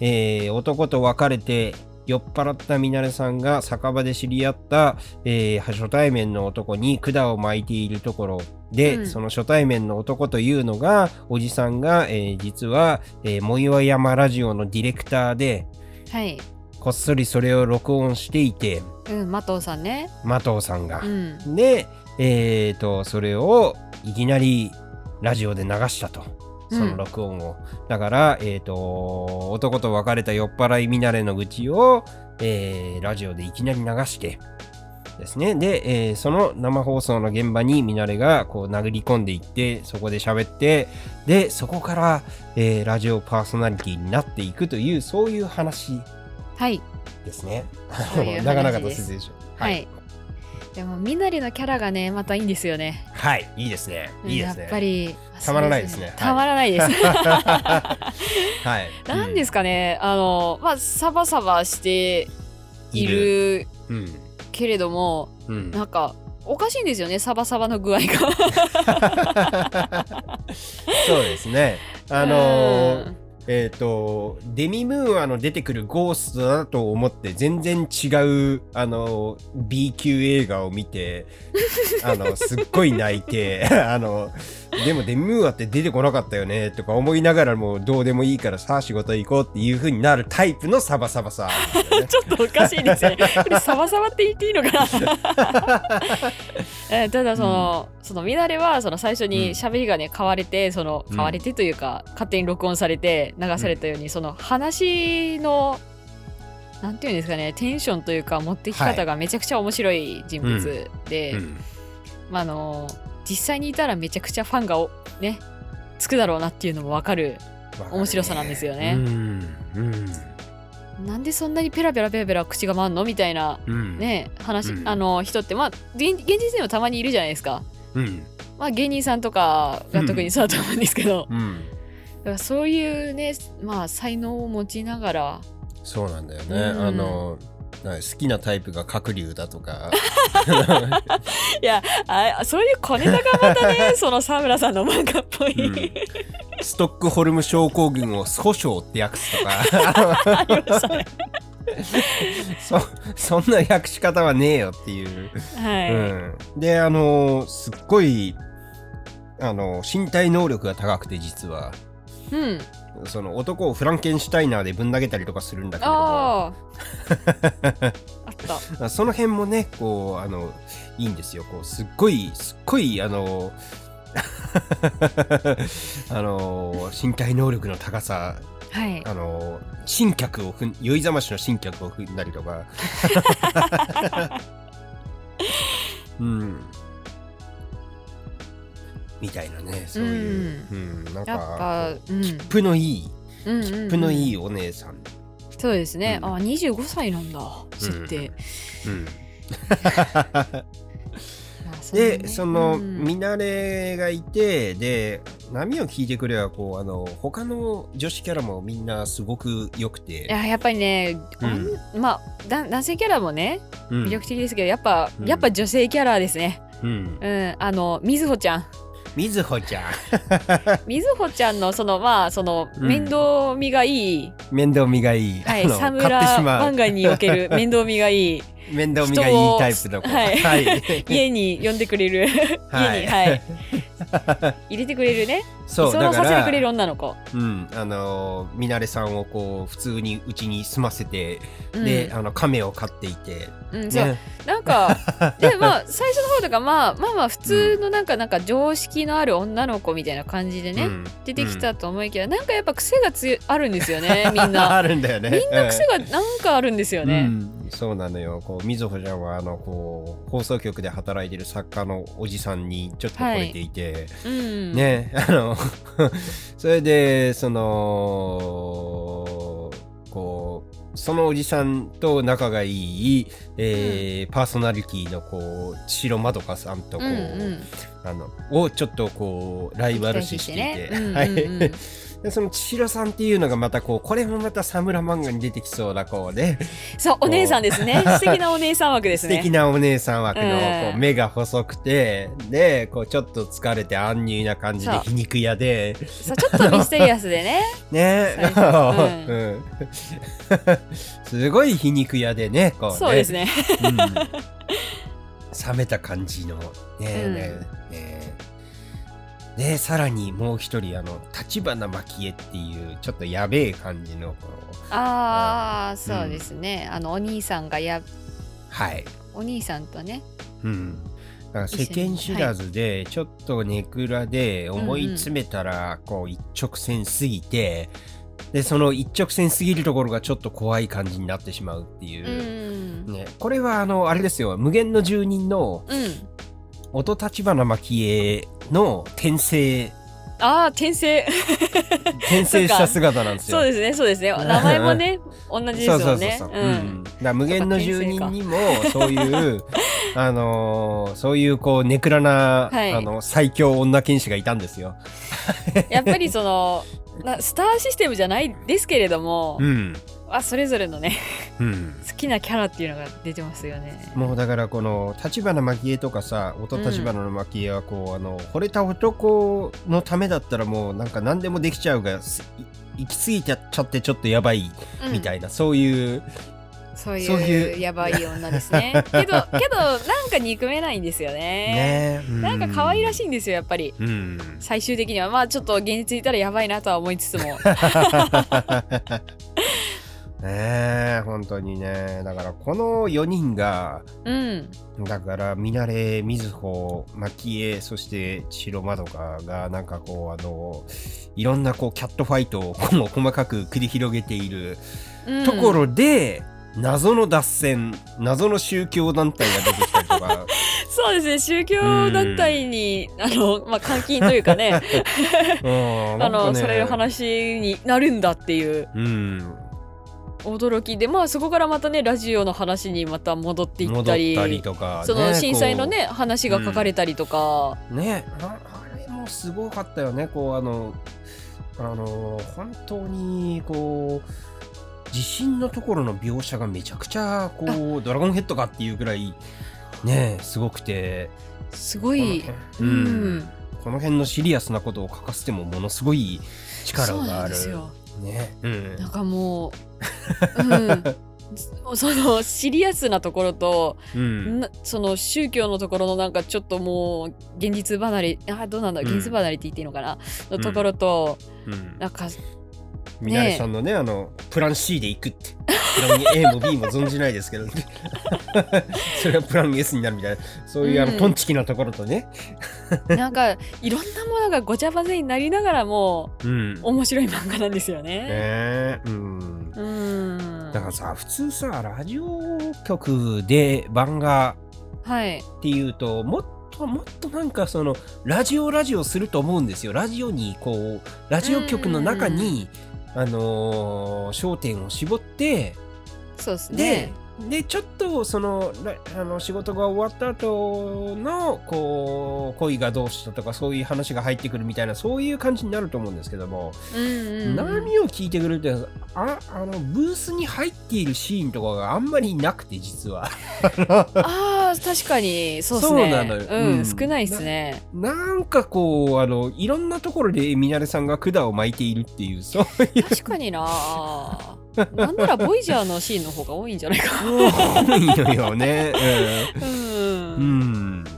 [SPEAKER 1] えー男と別れて酔っ払ったミナレさんが酒場で知り合った、えー初対面の男に管を巻いているところで、
[SPEAKER 2] うん
[SPEAKER 1] その初対面の男というのがおじさんが、えー実は、えー、藻岩山ラジオのディレクターで
[SPEAKER 2] はい、
[SPEAKER 1] こっそりそれを録音していて
[SPEAKER 2] うん、マトさんね、
[SPEAKER 1] マトさんが。
[SPEAKER 2] うん、
[SPEAKER 1] で、えー、とそれをいきなりラジオで流したと
[SPEAKER 2] う
[SPEAKER 1] そ
[SPEAKER 2] ん
[SPEAKER 1] の録音を、だから、えー、と男と別れた酔っ払い見慣れの愚痴を、えーラジオでいきなり流してですね。で、えーその生放送の現場にミナレがこう殴り込んでいって、そこで喋って、で、そこから、えーラジオパーソナリティになっていくという、そういう話
[SPEAKER 2] はい
[SPEAKER 1] ですね。
[SPEAKER 2] そういう話です
[SPEAKER 1] なかなかと説明し
[SPEAKER 2] はい、でもみなりのキャラがねまたいいんですよね
[SPEAKER 1] はい、いいですね。いいですね。
[SPEAKER 2] やっぱり
[SPEAKER 1] たまらないですね
[SPEAKER 2] そうたまらない です、
[SPEAKER 1] はい。
[SPEAKER 2] なんですかねあのまあサバサバしている
[SPEAKER 1] うん。
[SPEAKER 2] けれども
[SPEAKER 1] うん。うん
[SPEAKER 2] なんかおかしいんですよねサバサバの具合が
[SPEAKER 1] そうですね。あのー
[SPEAKER 2] うん。
[SPEAKER 1] えっ、と、デミムーアの出てくるゴーストだと思って、全然違う、あの、B 級映画を見て、あの、すっごい泣いて、 あの、でもデミムーアって出てこなかったよね、とか思いながらも、どうでもいいからさ、仕事行こうっていう風になるタイプのサバサバさ、ね
[SPEAKER 2] ちょっとおかしいですね。これサバサバって言っていいのかな。 えーただその、その乱れはその最初
[SPEAKER 1] うん
[SPEAKER 2] に喋りがね買われてその
[SPEAKER 1] うん
[SPEAKER 2] 買われてというか、勝手に録音されて流されたように、その話のなんていうんですかねテンションというか持ってき方がめちゃくちゃ面白い人物で、
[SPEAKER 1] うん
[SPEAKER 2] まああの実際にいたらめちゃくちゃファンがおねつくだろうなっていうのもわかる。面白さなんですよね
[SPEAKER 1] うん。うん。
[SPEAKER 2] なんでそんなにペラペラペラペラ口が回んのみたいな
[SPEAKER 1] うん。。
[SPEAKER 2] ね話、
[SPEAKER 1] うん
[SPEAKER 2] あの人ってまあ現現実にもたまにいるじゃないですか、
[SPEAKER 1] うん。
[SPEAKER 2] まあ、芸人さんとかが特にそうだと思うんですけど、
[SPEAKER 1] うん。
[SPEAKER 2] だからそういうねまあ才能を持ちながら
[SPEAKER 1] そうなんだよね。
[SPEAKER 2] うん
[SPEAKER 1] あの、なんか好きなタイプが角竜だとか。
[SPEAKER 2] あそういう小ネタがまた ねその佐村さんの漫画っぽい、
[SPEAKER 1] うんストックホルム症候群を粗小って訳すとか
[SPEAKER 2] ありましたね
[SPEAKER 1] そそんな訳し方はねえよっていう、
[SPEAKER 2] はい、
[SPEAKER 1] うん、であのーすっごいあのー身体能力が高くて実は
[SPEAKER 2] うん
[SPEAKER 1] その男をフランケンシュタイナーでぶん投げたりとかするんだけれども
[SPEAKER 2] あああった
[SPEAKER 1] その辺もねこうあのいいんですよこうすっごいすっごいあの あの身体能力の高さ
[SPEAKER 2] はい
[SPEAKER 1] あの新客をふん酔いざましの新客を踏んだりとか うんみたいなねそういう、うんなん
[SPEAKER 2] やっぱ
[SPEAKER 1] か
[SPEAKER 2] うん
[SPEAKER 1] 切符のいい
[SPEAKER 2] うんうん
[SPEAKER 1] 切
[SPEAKER 2] うん
[SPEAKER 1] 符のいいお姉さん、
[SPEAKER 2] そうですね、
[SPEAKER 1] うん
[SPEAKER 2] あ25歳なんだ設定、
[SPEAKER 1] うん
[SPEAKER 2] まあそうね
[SPEAKER 1] でその
[SPEAKER 2] うん
[SPEAKER 1] 見慣れがいてで波を聞いてくればこうあの他の女子キャラもみんなすごく良く
[SPEAKER 2] い
[SPEAKER 1] て、
[SPEAKER 2] ややっぱりね、
[SPEAKER 1] う
[SPEAKER 2] あん
[SPEAKER 1] ん
[SPEAKER 2] まあだ男性キャラもね
[SPEAKER 1] うん
[SPEAKER 2] 魅力的ですけど、やっぱ
[SPEAKER 1] うん
[SPEAKER 2] やっぱ女性キャラですね
[SPEAKER 1] うん
[SPEAKER 2] う、んあのみずほち ゃん
[SPEAKER 1] みずほちゃん
[SPEAKER 2] みずほちゃんのそのまあその
[SPEAKER 1] うん
[SPEAKER 2] 面倒見がいい、
[SPEAKER 1] 面倒見がいい、
[SPEAKER 2] はい
[SPEAKER 1] あの
[SPEAKER 2] サム
[SPEAKER 1] 買ってし
[SPEAKER 2] ラ
[SPEAKER 1] ま
[SPEAKER 2] 漫
[SPEAKER 1] う
[SPEAKER 2] 画にお ける面倒見がいい
[SPEAKER 1] 面倒見がいいタイプの子
[SPEAKER 2] 人をはい
[SPEAKER 1] はい、
[SPEAKER 2] 家に呼んでくれる
[SPEAKER 1] はい
[SPEAKER 2] 家にはい入れてくれるね
[SPEAKER 1] そ
[SPEAKER 2] 居
[SPEAKER 1] うだ
[SPEAKER 2] 候
[SPEAKER 1] か
[SPEAKER 2] させてくれる
[SPEAKER 1] ら
[SPEAKER 2] 女の子、
[SPEAKER 1] うんあのーみなれさんをこう普通にうちに住ませて、
[SPEAKER 2] うん
[SPEAKER 1] であの亀を飼っていて、
[SPEAKER 2] うんそう
[SPEAKER 1] ね、
[SPEAKER 2] なん かでまあ最初の方とかまあまあまあ普通のなんかなんか常識のある女の子みたいな感じでね、
[SPEAKER 1] うん
[SPEAKER 2] 出てきたと思いきや、なんかやっぱ癖がつよあるんですよ ねみんな
[SPEAKER 1] あるんだよね
[SPEAKER 2] みんな癖がなんかあるんですよ
[SPEAKER 1] うん
[SPEAKER 2] ね、
[SPEAKER 1] うんそうなのよこうみずほちゃんはあのこう放送局で働いてる作家のおじさんにちょっと惚れていて、
[SPEAKER 2] うん
[SPEAKER 1] ねあの それでそのこうそのおじさんと仲がいい、えーパーソナリティのこう白まどかさんとこ
[SPEAKER 2] う
[SPEAKER 1] う、
[SPEAKER 2] んうん
[SPEAKER 1] あのをちょっとこうライバル視していてはい
[SPEAKER 2] うんうんうん
[SPEAKER 1] でその千尋さんっていうのがまたこうこれもまたサムラ漫画に出てきそうなこうね
[SPEAKER 2] そうお姉さんですね素敵なお姉さん枠です
[SPEAKER 1] 素
[SPEAKER 2] ね
[SPEAKER 1] 敵なお姉さん枠の
[SPEAKER 2] うん
[SPEAKER 1] こう目が細くてでこうちょっと疲れて安入な感じで
[SPEAKER 2] そう
[SPEAKER 1] 皮肉屋で。
[SPEAKER 2] そうちょっとミステリアスでね
[SPEAKER 1] ねえ、
[SPEAKER 2] 最初
[SPEAKER 1] う
[SPEAKER 2] うん
[SPEAKER 1] すごい皮肉屋でねこうね
[SPEAKER 2] そうです、ね
[SPEAKER 1] うん冷めた感じのねえ、
[SPEAKER 2] うん
[SPEAKER 1] ねえねえでさらにもう一人あの立花蒔絵っていうちょっとやべえ感じのこう
[SPEAKER 2] ああそうですね、あのお兄さんがや
[SPEAKER 1] はい、
[SPEAKER 2] お兄さんとね
[SPEAKER 1] うん、だから世間知らずでちょっとネクラで思い詰めたらこう一直線すぎて、でその一直線すぎるところがちょっと怖い感じになってしまうっていう
[SPEAKER 2] う。ん
[SPEAKER 1] ね、これはあのあれですよ無限の住人の
[SPEAKER 2] うん。
[SPEAKER 1] 音立花蒔絵の転 生
[SPEAKER 2] ああ、転生。
[SPEAKER 1] 転生した姿なんですよ
[SPEAKER 2] そうですね、そうですね。名前もね、同じです
[SPEAKER 1] そうそ
[SPEAKER 2] よ
[SPEAKER 1] うそう
[SPEAKER 2] ね
[SPEAKER 1] そう。う
[SPEAKER 2] うんん。
[SPEAKER 1] だから無限の住人にもそういうあのーそういうこうネクラな、
[SPEAKER 2] はい
[SPEAKER 1] あの最強女剣士がいたんですよ。
[SPEAKER 2] やっぱりその、 なスターシステムじゃないですけれども
[SPEAKER 1] う、ん
[SPEAKER 2] あそれぞれのね、
[SPEAKER 1] うん、
[SPEAKER 2] 好きなキャラっていうのが出てますよね。
[SPEAKER 1] もうだからこの立花蒔絵とかさ音立花の蒔絵はこう、あの惚れた男のためだったらもうなんか何でもできちゃうがすい行き過ぎちゃちゃってちょっとやばいみた
[SPEAKER 2] い
[SPEAKER 1] いな、そういう
[SPEAKER 2] そういう
[SPEAKER 1] そういう
[SPEAKER 2] やばい女で すね。けど、けど、なんか憎めないんですよね。
[SPEAKER 1] ねうん
[SPEAKER 2] なんか可愛らしいんですよ、やっぱり。
[SPEAKER 1] うん、
[SPEAKER 2] 最終的にはまあちょっと現実にいたらやばいなとは思いつつ も
[SPEAKER 1] ねえ本当にねだからこの4人が
[SPEAKER 2] うん
[SPEAKER 1] だからミナレ瑞穂蒔絵そして白まどかがなんかこうあのいろんなこうキャットファイトをこう細かく繰り広げている
[SPEAKER 2] うん
[SPEAKER 1] ところで、謎の脱線謎の宗教団体が出てきたりと か
[SPEAKER 2] そうですね宗教団体に、あの、まあ、監禁とい うかね
[SPEAKER 1] うんな
[SPEAKER 2] あ
[SPEAKER 1] んか
[SPEAKER 2] の
[SPEAKER 1] ね
[SPEAKER 2] される話になるんだっていう
[SPEAKER 1] うん
[SPEAKER 2] 驚きでまあそこからまたねラジオの話にまた戻ってい
[SPEAKER 1] 戻
[SPEAKER 2] っ
[SPEAKER 1] った
[SPEAKER 2] り
[SPEAKER 1] たりとか、ね、
[SPEAKER 2] その震災の
[SPEAKER 1] こう
[SPEAKER 2] ね話が書かれたりとか、
[SPEAKER 1] ねああれもすごかったよねこうあのあの本当にこう地震のところの描写がめちゃくちゃこうドラゴンヘッドかっていうぐらいねすごくて
[SPEAKER 2] すごい
[SPEAKER 1] この辺う
[SPEAKER 2] う
[SPEAKER 1] ん
[SPEAKER 2] ん
[SPEAKER 1] この辺のシリアスなことを書かせてもものすごい力
[SPEAKER 2] そう
[SPEAKER 1] が
[SPEAKER 2] な
[SPEAKER 1] あ
[SPEAKER 2] ん
[SPEAKER 1] る
[SPEAKER 2] ですよ
[SPEAKER 1] ねうん
[SPEAKER 2] なんかもう、うん、 そのシリアスなところと
[SPEAKER 1] うん
[SPEAKER 2] なその宗教のところのなんかちょっともう現実離れあどうなんだ
[SPEAKER 1] うん
[SPEAKER 2] 現実離れって言っていいのかな、
[SPEAKER 1] ん
[SPEAKER 2] のところと
[SPEAKER 1] うん
[SPEAKER 2] なんか
[SPEAKER 1] みなれさんのねあのプラン C で行くってプラン A も B も存じないですけど、ね、 それはプラン S になるみたいなそういうあの、
[SPEAKER 2] うん
[SPEAKER 1] トンチキなところとね、
[SPEAKER 2] なんかいろんなものがごちゃ混ぜになりながらも
[SPEAKER 1] うんね
[SPEAKER 2] 面白い漫画なんですよね。
[SPEAKER 1] えうんだ
[SPEAKER 2] うん
[SPEAKER 1] からさ普通さラジオ局で漫画
[SPEAKER 2] はい
[SPEAKER 1] っていうともっともっとなんかそのラジオラジオすると思うんですよラジオにこうラジオ局の中に、あのー焦点を絞って
[SPEAKER 2] そうです
[SPEAKER 1] で
[SPEAKER 2] ね。
[SPEAKER 1] でちょっとそのらあの仕事が終わった後のこう恋がどうしたとかそういう話が入ってくるみたいなそういう感じになると思うんですけども、
[SPEAKER 2] うんうんうん
[SPEAKER 1] 何を聞いてくれてああのブースに入っているシーンとかがあんまりなくて実は
[SPEAKER 2] あー確かにそうです
[SPEAKER 1] そう
[SPEAKER 2] ね。
[SPEAKER 1] なのよ
[SPEAKER 2] う
[SPEAKER 1] うん
[SPEAKER 2] ん、少ないですね。
[SPEAKER 1] なんかこうあのいろんなところでミナレさんが管を巻いているっていうそういう
[SPEAKER 2] 確かにな。なんならボイジャーのシーンの方が多いんじゃないか。
[SPEAKER 1] 多いのよね。
[SPEAKER 2] う ん
[SPEAKER 1] うん、うんね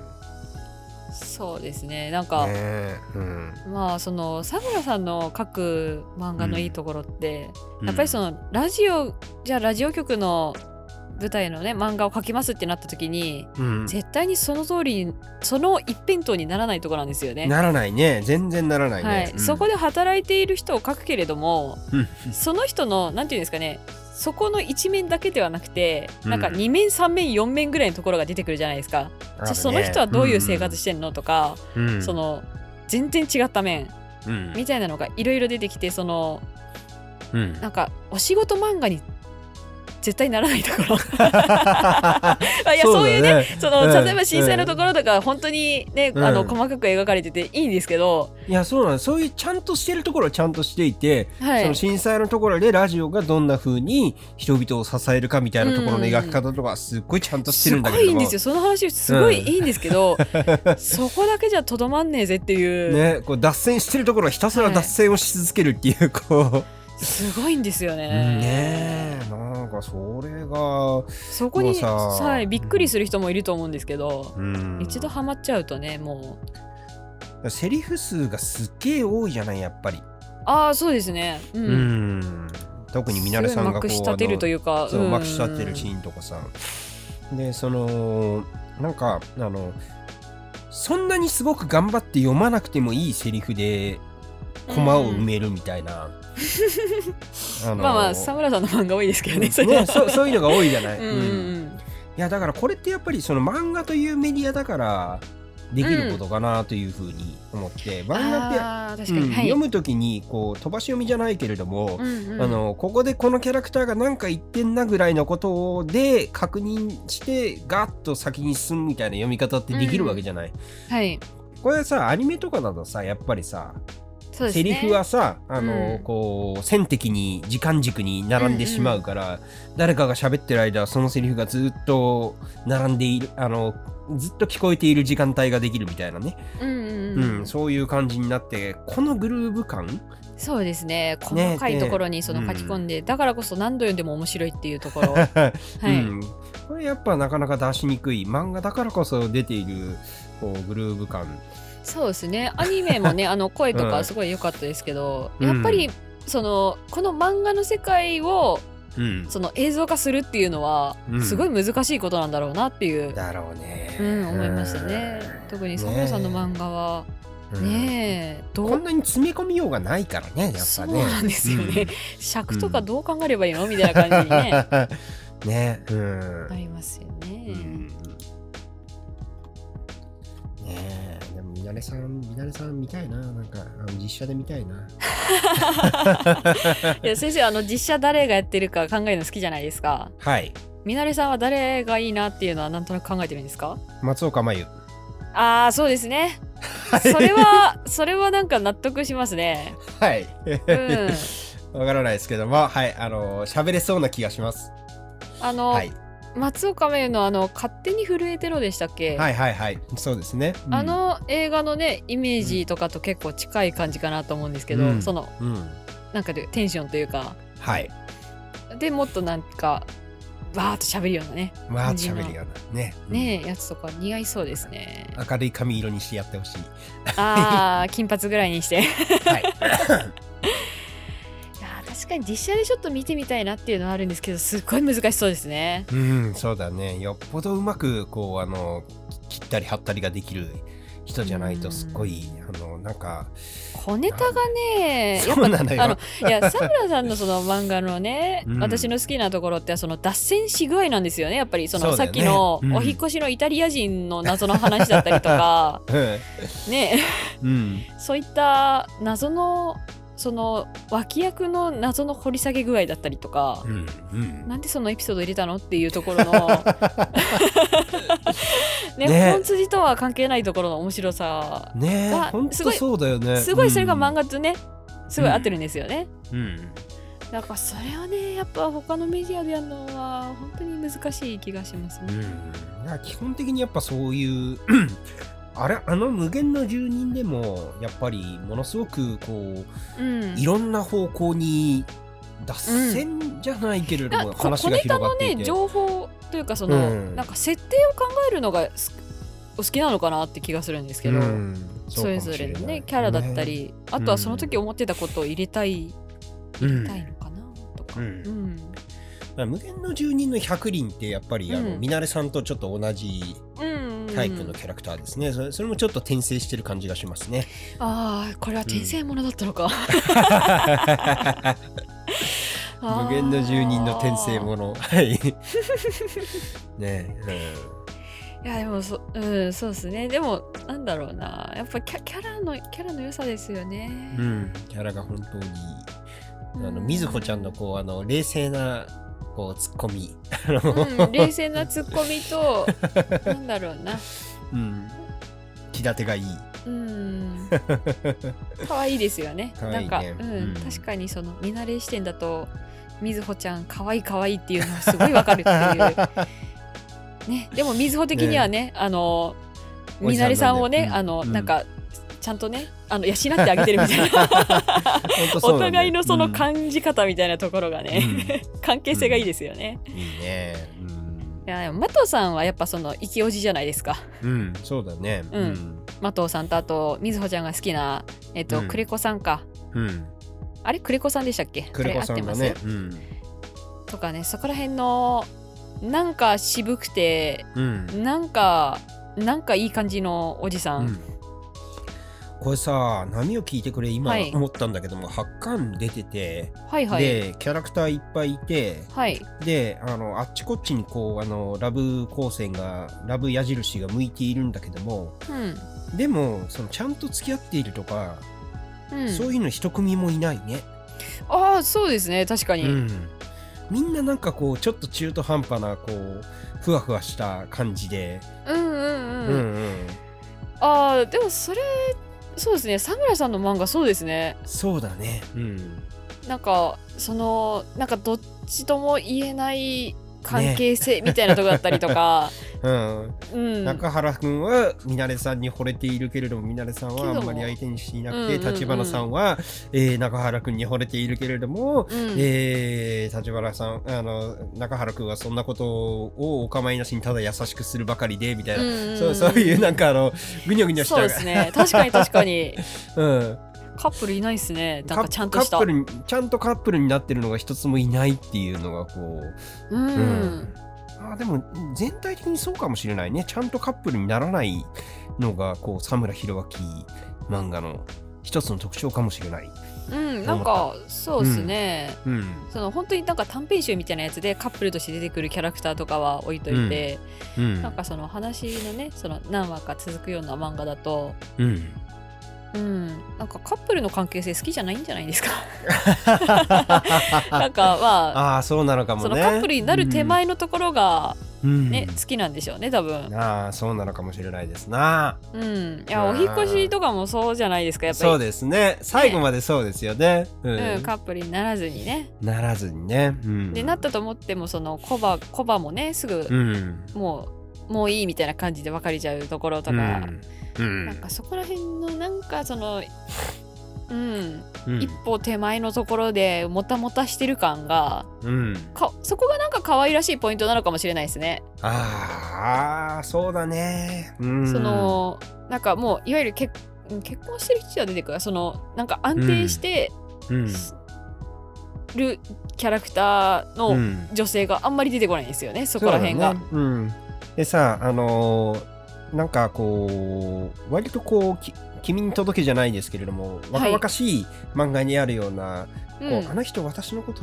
[SPEAKER 2] そうですね。なんか、
[SPEAKER 1] えうん
[SPEAKER 2] まあその佐村さんの書く漫画のいいところって、
[SPEAKER 1] うん
[SPEAKER 2] やっぱりそのラジオじゃあラジオ局の舞台のね漫画を描きますってなった時に、
[SPEAKER 1] うん
[SPEAKER 2] 絶対にその通りにその一辺倒にならないところなんですよね。
[SPEAKER 1] ならないね全然ならないね、
[SPEAKER 2] はい
[SPEAKER 1] うん
[SPEAKER 2] そこで働いている人を書くけれども、
[SPEAKER 1] うん
[SPEAKER 2] その人のなんていうんですかねそこの一面だけではなくて、
[SPEAKER 1] うん
[SPEAKER 2] なんか2面3面4面ぐらいのところが出てくるじゃないですか。
[SPEAKER 1] ある
[SPEAKER 2] じゃあ
[SPEAKER 1] ね
[SPEAKER 2] その人はどういう生活してんのとか、
[SPEAKER 1] うんうん
[SPEAKER 2] その全然違った面
[SPEAKER 1] うん
[SPEAKER 2] みたいなのがいろいろ出てきてその
[SPEAKER 1] うん
[SPEAKER 2] なんかお仕事漫画に絶対ならないところ いやそう,、いうね
[SPEAKER 1] ね
[SPEAKER 2] その
[SPEAKER 1] うん
[SPEAKER 2] 例えば震災のところとか本当にね、
[SPEAKER 1] うん
[SPEAKER 2] あの細かく描かれてていいんですけど、
[SPEAKER 1] いやそうなのそういうちゃんとしてるところはちゃんとしていて、
[SPEAKER 2] は
[SPEAKER 1] そ
[SPEAKER 2] い
[SPEAKER 1] の、震災のところでラジオがどんな風に人々を支えるかみたいなところの
[SPEAKER 2] うん
[SPEAKER 1] 描き方とかすっごいちゃんとして
[SPEAKER 2] す
[SPEAKER 1] るんだ
[SPEAKER 2] ご
[SPEAKER 1] けど
[SPEAKER 2] いいいんですよその話すごいいいんです けど、そこだけじゃとどまんねえぜっていう、
[SPEAKER 1] ね、こう脱線してるところはひたすら脱線をし続けるっていうこ
[SPEAKER 2] すごいんですよ
[SPEAKER 1] う、
[SPEAKER 2] ね。
[SPEAKER 1] ねえなんかそれが、
[SPEAKER 2] そこ
[SPEAKER 1] もう
[SPEAKER 2] に
[SPEAKER 1] さ
[SPEAKER 2] はい、びっくりする人もいると思うんですけど、
[SPEAKER 1] うん
[SPEAKER 2] 一度ハマっちゃうとねもう
[SPEAKER 1] セリフ数がすっげえ多いじゃないやっぱり。
[SPEAKER 2] ああそうですね。うん
[SPEAKER 1] うん特にミナレさんがこう
[SPEAKER 2] すごいまくし立てるという
[SPEAKER 1] あ
[SPEAKER 2] か
[SPEAKER 1] のそう
[SPEAKER 2] うん
[SPEAKER 1] まくし立てるシーンとかさでそのなんかあのそんなにすごく頑張って読まなくてもいいセリフでコマを埋めるみたいな、あの
[SPEAKER 2] まあまあ佐村さんの漫画多いですけどね
[SPEAKER 1] ね
[SPEAKER 2] れは
[SPEAKER 1] そうそういうのが多いじゃない、
[SPEAKER 2] うんうんうん
[SPEAKER 1] いやだからこれってやっぱりその漫画というメディアだからできることかなというふうに思って、漫画って
[SPEAKER 2] あー確か
[SPEAKER 1] う
[SPEAKER 2] に、
[SPEAKER 1] ん
[SPEAKER 2] はい
[SPEAKER 1] 読むときにこう飛ばし読みじゃないけれども、
[SPEAKER 2] うんうん
[SPEAKER 1] あのここでこのキャラクターが何か言ってんなぐらいのことで確認してガッと先に進むみたいな読み方ってできるわけじゃない、
[SPEAKER 2] はい
[SPEAKER 1] これさアニメとかだとさやっぱりさ、
[SPEAKER 2] そうです
[SPEAKER 1] セ
[SPEAKER 2] ね
[SPEAKER 1] リフはさあの、
[SPEAKER 2] うん
[SPEAKER 1] こう線的に時間軸に並んでしまうから、誰かが喋ってる間そのセリフがずっと並んでいるあのずっと聞こえている時間帯ができるみたいなね、
[SPEAKER 2] うんうん
[SPEAKER 1] う
[SPEAKER 2] うん
[SPEAKER 1] んそういう感じになってこのグルーヴ感
[SPEAKER 2] そうですね
[SPEAKER 1] ね
[SPEAKER 2] 細かいところにその
[SPEAKER 1] で
[SPEAKER 2] 書き込んで、だからこそ何度読んでも面白いっていうところ は
[SPEAKER 1] う
[SPEAKER 2] い、
[SPEAKER 1] ん、これやっぱなかなか出しにくい漫画だからこそ出ているこうグルーヴ感
[SPEAKER 2] そうですねアニメも ねあの声とかすごい良かったですけど、
[SPEAKER 1] うん
[SPEAKER 2] やっぱりそのこの漫画の世界を
[SPEAKER 1] うん
[SPEAKER 2] その映像化するっていうのは、
[SPEAKER 1] うん
[SPEAKER 2] すごい難しいことなんだろうなっていう、
[SPEAKER 1] だろうね、
[SPEAKER 2] うん、思いましたね。特に佐藤さんの漫画は
[SPEAKER 1] 画
[SPEAKER 2] ねえ、ど
[SPEAKER 1] こん
[SPEAKER 2] う
[SPEAKER 1] なに詰め込みようがないからねやっぱね
[SPEAKER 2] そうなんですよね、
[SPEAKER 1] うん
[SPEAKER 2] 尺とかどう考えればいいのみたいな 感 じにね
[SPEAKER 1] ねうん、
[SPEAKER 2] なりますよね。
[SPEAKER 1] うんねえでもみなれさんみなれさん見たいななんかあの実写で見たいな
[SPEAKER 2] いや先生あの実写誰がやってるか考えるの好きじゃないですか
[SPEAKER 1] はい
[SPEAKER 2] みなれさんは誰がいいなっていうのはなんとなく考えてるんですか
[SPEAKER 1] 松岡真優
[SPEAKER 2] ああそうですね
[SPEAKER 1] い
[SPEAKER 2] それはそれはなんか納得しますね
[SPEAKER 1] はい、
[SPEAKER 2] う
[SPEAKER 1] わ
[SPEAKER 2] ん
[SPEAKER 1] からないですけどまあはいあの喋れそうな気がします
[SPEAKER 2] あの、
[SPEAKER 1] はい
[SPEAKER 2] 松岡芽のあの勝手に震えてろでしたっけ、
[SPEAKER 1] はいはいはいそうですね、うん
[SPEAKER 2] あの映画のねイメージとかと結構近い感じかなと思うんですけど、
[SPEAKER 1] うん
[SPEAKER 2] その
[SPEAKER 1] うん
[SPEAKER 2] なんかでテンションというか
[SPEAKER 1] はい
[SPEAKER 2] でもっとなんかわーっと喋るようなね
[SPEAKER 1] まあ
[SPEAKER 2] 感じの
[SPEAKER 1] 喋りがなね
[SPEAKER 2] ねえやつとか似合いそうですね
[SPEAKER 1] うん明るい髪色にしてやってほしい
[SPEAKER 2] あー金髪ぐらいにして
[SPEAKER 1] はい
[SPEAKER 2] いやー確かに実写でちょっと見てみたいなっていうのはあるんですけどすっごい難しそうですね
[SPEAKER 1] うんそうだねよっぽどうまくこうあの切ったり貼ったりができる人じゃないとすっごいあのなんか
[SPEAKER 2] 小ネタがねやっ
[SPEAKER 1] そう
[SPEAKER 2] ぱ
[SPEAKER 1] なのよ
[SPEAKER 2] あのいや佐村さんのその漫画のね、
[SPEAKER 1] うん
[SPEAKER 2] 私の好きなところってその脱線し具合なんですよねやっぱりその
[SPEAKER 1] そうだ
[SPEAKER 2] さっ
[SPEAKER 1] よね
[SPEAKER 2] きの
[SPEAKER 1] うん
[SPEAKER 2] お引っ越しのイタリア人の謎の話だったり とかね
[SPEAKER 1] うん
[SPEAKER 2] そういった謎のその脇役の謎の掘り下げ具合だったりとか
[SPEAKER 1] う、んうん
[SPEAKER 2] なんでそのエピソード入れたのっていうとこ ろのね
[SPEAKER 1] ね
[SPEAKER 2] 本筋とは関係ないところの面白さ
[SPEAKER 1] ねえ
[SPEAKER 2] が
[SPEAKER 1] ほん
[SPEAKER 2] す
[SPEAKER 1] と
[SPEAKER 2] ごい
[SPEAKER 1] そうだよね
[SPEAKER 2] すごいそれが漫画とね、すごい合ってるんですよね、
[SPEAKER 1] うんうん
[SPEAKER 2] なんかそれはねやっぱ他のメディアでやるのは本当に難しい気がします
[SPEAKER 1] う
[SPEAKER 2] ね、
[SPEAKER 1] んいや基本的にやっぱそういう あれあの無限の住人でもやっぱりものすごくこう
[SPEAKER 2] うん
[SPEAKER 1] いろんな方向に脱線じゃないけれども、
[SPEAKER 2] なこ
[SPEAKER 1] 話
[SPEAKER 2] 小
[SPEAKER 1] が
[SPEAKER 2] ネタ
[SPEAKER 1] 広が
[SPEAKER 2] の
[SPEAKER 1] ってい
[SPEAKER 2] ね
[SPEAKER 1] て、
[SPEAKER 2] 情報というかその、
[SPEAKER 1] うん
[SPEAKER 2] なんか設定を考えるのがすお好きなのかなって気がするんですけど、
[SPEAKER 1] うん
[SPEAKER 2] それぞれのねキャラだった、り、あとはその時思ってたことを入れたい、
[SPEAKER 1] うん
[SPEAKER 2] 入れたいのかなとか、
[SPEAKER 1] う
[SPEAKER 2] うんん
[SPEAKER 1] そうかもしれない無限の住人の百輪ってやっぱり、あの
[SPEAKER 2] うん
[SPEAKER 1] ミナレさんとちょっと同じ
[SPEAKER 2] うん
[SPEAKER 1] タイプのキャラクターですね、それそれもちょっと転生してる感じがしますね
[SPEAKER 2] ああこれは転生ものだったのか、
[SPEAKER 1] 無限の住人の転生ものはいねえ、
[SPEAKER 2] いやでもそ,、うん、そうですねでもなんだろうなやっぱキャキャラのキャラの良さですよね
[SPEAKER 1] うん、うんキャラが本当にあの
[SPEAKER 2] うん
[SPEAKER 1] みずほちゃんのこうあの冷静なこうツッコミあの
[SPEAKER 2] うん、冷静なツッコミとなんだろうな
[SPEAKER 1] うん気立てがいい
[SPEAKER 2] うん可愛いですよね
[SPEAKER 1] 可愛いね
[SPEAKER 2] なんか、うん
[SPEAKER 1] うん
[SPEAKER 2] 確かにその見慣れ視点だとみずほちゃん可愛い可愛いっていうのはすごいわかるっていう、 ね、でもみずほ的にはねあの
[SPEAKER 1] お
[SPEAKER 2] み
[SPEAKER 1] じさんなんで
[SPEAKER 2] なれさんをね、
[SPEAKER 1] うん
[SPEAKER 2] あの
[SPEAKER 1] うん
[SPEAKER 2] なんかちゃんとねあの養ってあげてるみたいなお互いのその
[SPEAKER 1] じ、
[SPEAKER 2] 感じ方みたいなところ
[SPEAKER 1] う
[SPEAKER 2] が
[SPEAKER 1] ん
[SPEAKER 2] ね、 関係性がいいですよね。
[SPEAKER 1] うんいいね
[SPEAKER 2] いやでも的さんはやっぱその生きおじじゃないですか
[SPEAKER 1] うん、うん、そうだね
[SPEAKER 2] うん的さんとあとみずほちゃんが好きな、えっと
[SPEAKER 1] うん
[SPEAKER 2] クレコさんか
[SPEAKER 1] うん、うん、
[SPEAKER 2] あれクレコさんでしたっけ
[SPEAKER 1] クレコさん
[SPEAKER 2] あれ合
[SPEAKER 1] だ
[SPEAKER 2] って
[SPEAKER 1] ねう
[SPEAKER 2] ま
[SPEAKER 1] ん
[SPEAKER 2] すとかねそこら辺のなんか渋くて
[SPEAKER 1] うん、
[SPEAKER 2] なんかなんかいい感じのおじさん、
[SPEAKER 1] うんこれさ波を聞いてくれ今
[SPEAKER 2] はい
[SPEAKER 1] 思ったんだけども、八巻出てて、
[SPEAKER 2] はいはい。
[SPEAKER 1] でキャラクターいっぱいいて
[SPEAKER 2] はい。
[SPEAKER 1] であのあっちこっちにこうあのラブ光線がラブ矢印が向いているんだけども
[SPEAKER 2] うん。
[SPEAKER 1] でもそのちゃんと付き合っているとか、
[SPEAKER 2] うん、
[SPEAKER 1] そういうの一組もいないね。
[SPEAKER 2] ああそうですね確かに、
[SPEAKER 1] うん、みんななんかこうちょっと中途半端なこうふわふわした感じで、
[SPEAKER 2] うんうん
[SPEAKER 1] う
[SPEAKER 2] うん、
[SPEAKER 1] ん
[SPEAKER 2] ああでもそれそうですね佐村さんの漫画そうですね
[SPEAKER 1] そうだね、うん、
[SPEAKER 2] なんかそのなんかどっちとも言えない関係性みたいなとこだったりと
[SPEAKER 1] う
[SPEAKER 2] か、
[SPEAKER 1] ん
[SPEAKER 2] うん
[SPEAKER 1] 中原君はみなれさんに惚れているけれどもみなれさんはあんまり相手にしていなくて
[SPEAKER 2] けどもうんうんうん
[SPEAKER 1] 立花さんは、えー中原君に惚れているけれども、
[SPEAKER 2] うん
[SPEAKER 1] えー立花さんあの中原君はそんなことをお構いなしにただ優しくするばかりでみたいな、
[SPEAKER 2] んんん
[SPEAKER 1] そうそういうなんかあのぐにょぐにょした
[SPEAKER 2] そうですね確かに確かに
[SPEAKER 1] うん、
[SPEAKER 2] カップルいないですねなん
[SPEAKER 1] カ
[SPEAKER 2] かちゃんとした
[SPEAKER 1] カップルにちゃんとカップルになってるのが一つもいないっていうのがこう、
[SPEAKER 2] うん、
[SPEAKER 1] うあーでも全体的にそうかもしれないねちゃんとカップルにならないのがこう佐村弘明漫画の一つの特徴かもしれない、
[SPEAKER 2] うんなんかそうですね、
[SPEAKER 1] うん、
[SPEAKER 2] その本当になんか短編集みたいなやつでカップルとして出てくるキャラクターとかは置いといて、
[SPEAKER 1] うん
[SPEAKER 2] なんかその話のねその何話か続くような漫画だと
[SPEAKER 1] うん
[SPEAKER 2] うんなんかカップルの関係性好きじゃないんじゃない ですかなんかまあ
[SPEAKER 1] ああそうなのかもね
[SPEAKER 2] そのカップルになる手前のところが
[SPEAKER 1] うん
[SPEAKER 2] ね、好きなんでしょうね多分
[SPEAKER 1] うんああそうなのかもしれないですな
[SPEAKER 2] うんいうや
[SPEAKER 1] わ
[SPEAKER 2] お
[SPEAKER 1] ー
[SPEAKER 2] 引っ越しとかもそうじゃないですかやっぱり
[SPEAKER 1] そうですね最後までそうですよねうん
[SPEAKER 2] うん、カップルにならずにね、
[SPEAKER 1] ならずにね、うん、
[SPEAKER 2] でなったと思ってもそのコバコバもねすぐ
[SPEAKER 1] うん
[SPEAKER 2] もうもういいみたいな感じで別れちゃうところとか、
[SPEAKER 1] うんうん
[SPEAKER 2] なんかそこら辺のなんかそのうん
[SPEAKER 1] うん
[SPEAKER 2] 一歩手前のところでもたもたしてる感が
[SPEAKER 1] うん
[SPEAKER 2] かそこがなんか可愛らしいポイントなのかもしれないですね。
[SPEAKER 1] ああそうだね、うん、
[SPEAKER 2] そのなんかもういわゆる結うん結婚してる人は出てくるそのなんか安定して
[SPEAKER 1] うん
[SPEAKER 2] るキャラクター
[SPEAKER 1] う
[SPEAKER 2] の
[SPEAKER 1] ん
[SPEAKER 2] 女性があんまり出てこないんですよね、そこら辺が。
[SPEAKER 1] そうだねうん、でさあのーなんかこう割とこうき君に届けじゃないですけれども若々しい漫画にあるような、
[SPEAKER 2] う
[SPEAKER 1] こ
[SPEAKER 2] ん
[SPEAKER 1] うあの人私のこと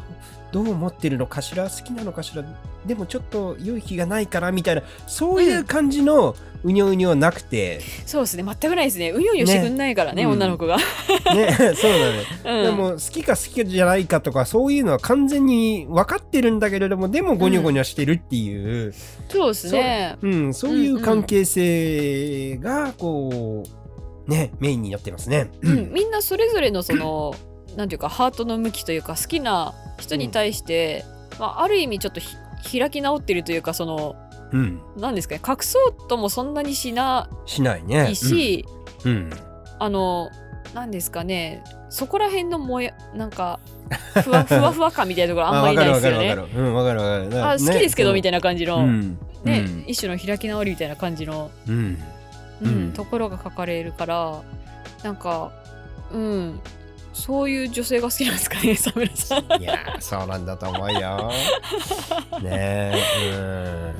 [SPEAKER 1] どう思ってるのかしら好きなのかしらでもちょっと良い気がないからみたいなそういう感じのうにょうにょはなく て、
[SPEAKER 2] そうですね全くないですねうにょうにょしてくんないからね
[SPEAKER 1] ねうん
[SPEAKER 2] 女の子が。
[SPEAKER 1] ねそうだね
[SPEAKER 2] うん
[SPEAKER 1] でも好きか好きじゃないかとかそういうのは完全に分かってるんだけれどもでもゴニョゴニョしてるっていう、
[SPEAKER 2] そうですね。
[SPEAKER 1] うんそういう関係性がこうねメインになってますね。
[SPEAKER 2] うんみんなそれぞれのその なんていうかハートの向きというか好きな人に対して、まあ、ある意味ちょっとひ開き直ってるというかその
[SPEAKER 1] うん、
[SPEAKER 2] なんですかね隠そうともそんなにしな
[SPEAKER 1] しないね。
[SPEAKER 2] いし、
[SPEAKER 1] うん、うん
[SPEAKER 2] あのなんですかねそこら辺のもやなんかふわ ふわふわ感みたいなところあんまり
[SPEAKER 1] わ
[SPEAKER 2] な
[SPEAKER 1] かるわ
[SPEAKER 2] いです
[SPEAKER 1] か
[SPEAKER 2] よ
[SPEAKER 1] るわか
[SPEAKER 2] ね。
[SPEAKER 1] る。うんわかるわかる。
[SPEAKER 2] あ好きですけどみた
[SPEAKER 1] い
[SPEAKER 2] いな感じの、
[SPEAKER 1] うん
[SPEAKER 2] ね、一種の開き直りみたいな感じの、
[SPEAKER 1] うんうん
[SPEAKER 2] うん
[SPEAKER 1] うん
[SPEAKER 2] ところが書かれるからなんかうんそういう女性が好きなんです かねサムラさん。
[SPEAKER 1] いやーそうなんだと思う よ。ねえ、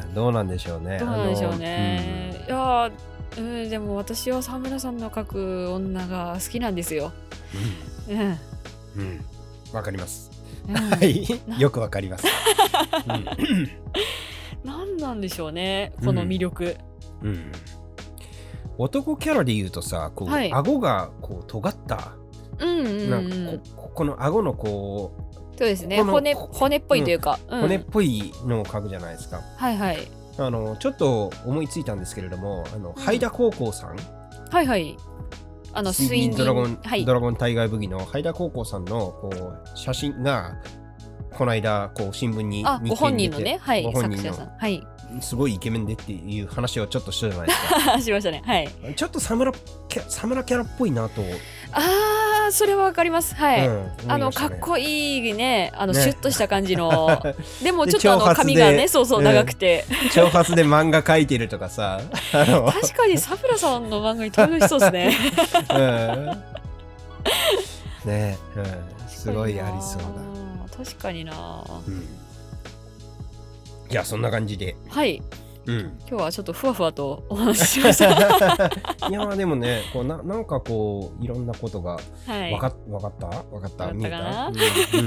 [SPEAKER 1] うん、どうなんでしょうね。
[SPEAKER 2] どうなんでしょう
[SPEAKER 1] あの
[SPEAKER 2] ね。いやーうん、でも私は沢村さんの描く女が好きなんですよ。うん。うん
[SPEAKER 1] うんうんわかります。 はい、よくわかります。
[SPEAKER 2] 何なんでしょうね、この魅力。
[SPEAKER 1] うんうん男キャラで言うとさ、こう、
[SPEAKER 2] はい
[SPEAKER 1] 顎がこう尖った、
[SPEAKER 2] うん、うん、う
[SPEAKER 1] なん
[SPEAKER 2] ん
[SPEAKER 1] かこここの顎のこう
[SPEAKER 2] そうですね。
[SPEAKER 1] この
[SPEAKER 2] 骨、
[SPEAKER 1] こ
[SPEAKER 2] 骨っぽいというか。うん
[SPEAKER 1] 骨っぽいのを描くじゃないですか。
[SPEAKER 2] はいはい。
[SPEAKER 1] あのちょっと思いついたんですけれども、あの
[SPEAKER 2] うん
[SPEAKER 1] ハイダ高校さん、
[SPEAKER 2] はいはい。あの、スイン
[SPEAKER 1] ドラゴン、
[SPEAKER 2] はい
[SPEAKER 1] ド。ラゴンタイガーブギのハイダ高校さんのこう写真がこの間こう新聞に
[SPEAKER 2] あ、ご本人の
[SPEAKER 1] 日経に出て
[SPEAKER 2] ね、はい
[SPEAKER 1] ご、本
[SPEAKER 2] 作
[SPEAKER 1] 人
[SPEAKER 2] 者
[SPEAKER 1] の
[SPEAKER 2] さん。はい。
[SPEAKER 1] すごいイケメンでっていう話をちょっとしたじゃないですか
[SPEAKER 2] しましたね。はい。
[SPEAKER 1] ちょっとサムラキャサムラキャラっぽいなと、
[SPEAKER 2] あー、それはわかります。はい。
[SPEAKER 1] うん思い
[SPEAKER 2] あの
[SPEAKER 1] まし
[SPEAKER 2] か
[SPEAKER 1] た
[SPEAKER 2] っ
[SPEAKER 1] ね
[SPEAKER 2] こいいねあの
[SPEAKER 1] ね
[SPEAKER 2] シュッとした感じ のでも
[SPEAKER 1] で
[SPEAKER 2] ちょっとあ
[SPEAKER 1] 長
[SPEAKER 2] の
[SPEAKER 1] 髪
[SPEAKER 2] 髪が
[SPEAKER 1] で
[SPEAKER 2] ねそうそう
[SPEAKER 1] うん
[SPEAKER 2] 長 くて、
[SPEAKER 1] 長髪で漫画描いてるとかさあ の
[SPEAKER 2] 確かにサフラさんの漫画に登場しそうですね
[SPEAKER 1] うんねうん、すごいありそうだ、
[SPEAKER 2] 確かにな
[SPEAKER 1] うん、じゃあそんな感じで
[SPEAKER 2] はい
[SPEAKER 1] うん
[SPEAKER 2] 今日はちょっとふわふわとお話しし まし
[SPEAKER 1] い
[SPEAKER 2] た。
[SPEAKER 1] やーでもねこうななんかこういろんなことが
[SPEAKER 2] はい
[SPEAKER 1] わか,、わかったわかった
[SPEAKER 2] わかったか
[SPEAKER 1] 見えた、
[SPEAKER 2] な
[SPEAKER 1] うん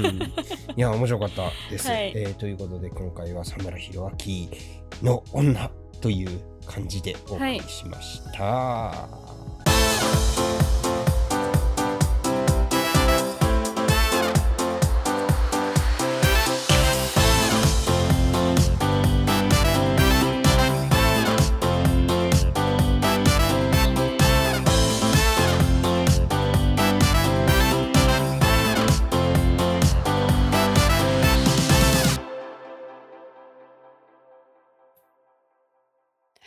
[SPEAKER 1] うんいや面白かったです、
[SPEAKER 2] はい
[SPEAKER 1] えーということで今回は佐村弘明の女という感じでお送りしました、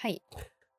[SPEAKER 2] はい、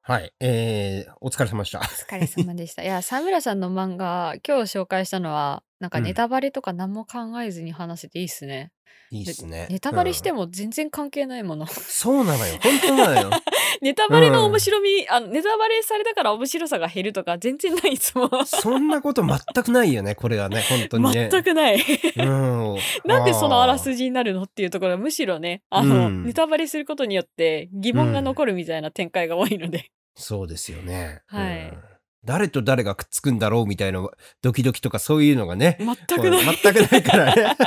[SPEAKER 1] はいえー、お疲れ様でした
[SPEAKER 2] お疲れ様でした。いや、沢村さんの漫画、今日紹介したのは、なんか
[SPEAKER 1] うん
[SPEAKER 2] ネタバレとか何も考えずに話せていいっすね。
[SPEAKER 1] いいっすね
[SPEAKER 2] ネタバレして
[SPEAKER 1] も、
[SPEAKER 2] も全然関係ないもの。
[SPEAKER 1] う んそうなのよ本当なのよ
[SPEAKER 2] ネタバレの面白み、あのネタバレされたから面白さが減るとか全然ないいつも。
[SPEAKER 1] そんなこと全くないよねこれはね本当にね
[SPEAKER 2] 全 くない。
[SPEAKER 1] うん、
[SPEAKER 2] なんでそのあら
[SPEAKER 1] じ
[SPEAKER 2] すじになるのっていうところはむしろねあの、
[SPEAKER 1] うん
[SPEAKER 2] ネタバレすることによって疑問が残るみたいな展開が多いので、
[SPEAKER 1] そうですよね、
[SPEAKER 2] はい
[SPEAKER 1] うん誰と誰がくっつくんだろうみたいなドキドキとか そういうのがね
[SPEAKER 2] 全くない
[SPEAKER 1] こう全くないからね。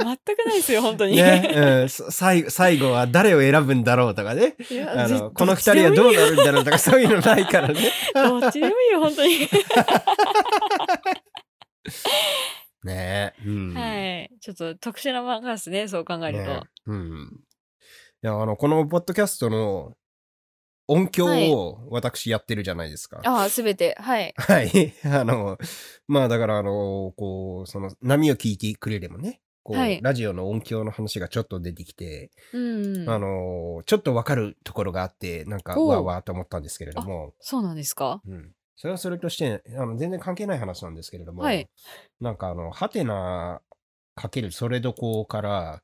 [SPEAKER 2] 全くないですよ本当に。
[SPEAKER 1] ね、うん、そ最後最後は誰を選ぶんだろうとかね。
[SPEAKER 2] いや
[SPEAKER 1] あ
[SPEAKER 2] ぜ
[SPEAKER 1] のこの二人はどうなるんだろうとかそういうのないから ね。
[SPEAKER 2] どっちでもいいよどっちでもいいよ本
[SPEAKER 1] ねえ、うん
[SPEAKER 2] 当に。はいちょっと特殊な漫画ですねそう考えると。
[SPEAKER 1] ねえうん。いやあのこのポッドキャストの音響を私やってるじゃないですか。
[SPEAKER 2] ああすべてはい
[SPEAKER 1] はい。 あの、まあだから、あの、こう、その波を聞いてくれればね、こう、
[SPEAKER 2] はい
[SPEAKER 1] ラジオの音響の話がちょっと出てきて、
[SPEAKER 2] うん
[SPEAKER 1] あの、ちょっとわかるところがあって、なんか、
[SPEAKER 2] おう
[SPEAKER 1] わーわーと思ったんですけれども、
[SPEAKER 2] そうなんですか
[SPEAKER 1] うん。それはそれとして、あの全然関係ない話なんですけれども、
[SPEAKER 2] はい
[SPEAKER 1] なんかあの、ハテナかけるそれどこから、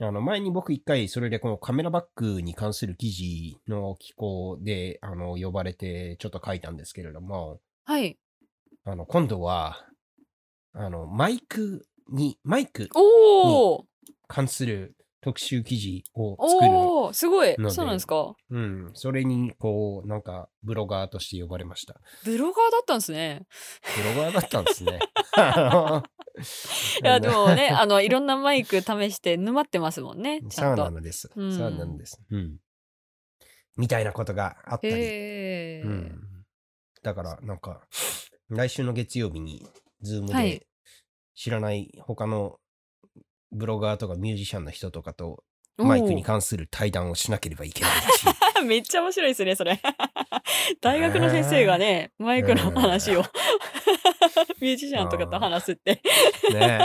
[SPEAKER 1] あの、前に僕一回、それでこのカメラバッグに関する記事の寄稿で、あの、呼ばれて、ちょっと書いたんですけれども、
[SPEAKER 2] はい
[SPEAKER 1] あの、今度は、あの、マイクに、マイク
[SPEAKER 2] おお
[SPEAKER 1] 関する特集記事を作る。
[SPEAKER 2] おおすごい
[SPEAKER 1] ので
[SPEAKER 2] そうなんですか
[SPEAKER 1] うん。それに、こう、なんか、ブロガーとして呼ばれました。
[SPEAKER 2] ブロガーだったんですね。
[SPEAKER 1] ブロガーだったんですね。あの
[SPEAKER 2] いやでもねあの いろんなマイク試して沼ってますもんねち
[SPEAKER 1] そ
[SPEAKER 2] ゃ
[SPEAKER 1] うんな
[SPEAKER 2] と。
[SPEAKER 1] のです。
[SPEAKER 2] うん
[SPEAKER 1] そうなのです。うん。みたいなことがあったり。
[SPEAKER 2] へえ、
[SPEAKER 1] うん。だから、なんか、来週の月曜日に、ズーム
[SPEAKER 2] は
[SPEAKER 1] で
[SPEAKER 2] い、
[SPEAKER 1] 知らない他のブロガーとかミュージシャンの人とかと
[SPEAKER 2] おー
[SPEAKER 1] マイクに関する対談をしなければいけないらし い。
[SPEAKER 2] めっちゃ面白いですねそれ 大学の先生がねマイクの話を ミュージシャンとかと話すって
[SPEAKER 1] ねえ
[SPEAKER 2] いや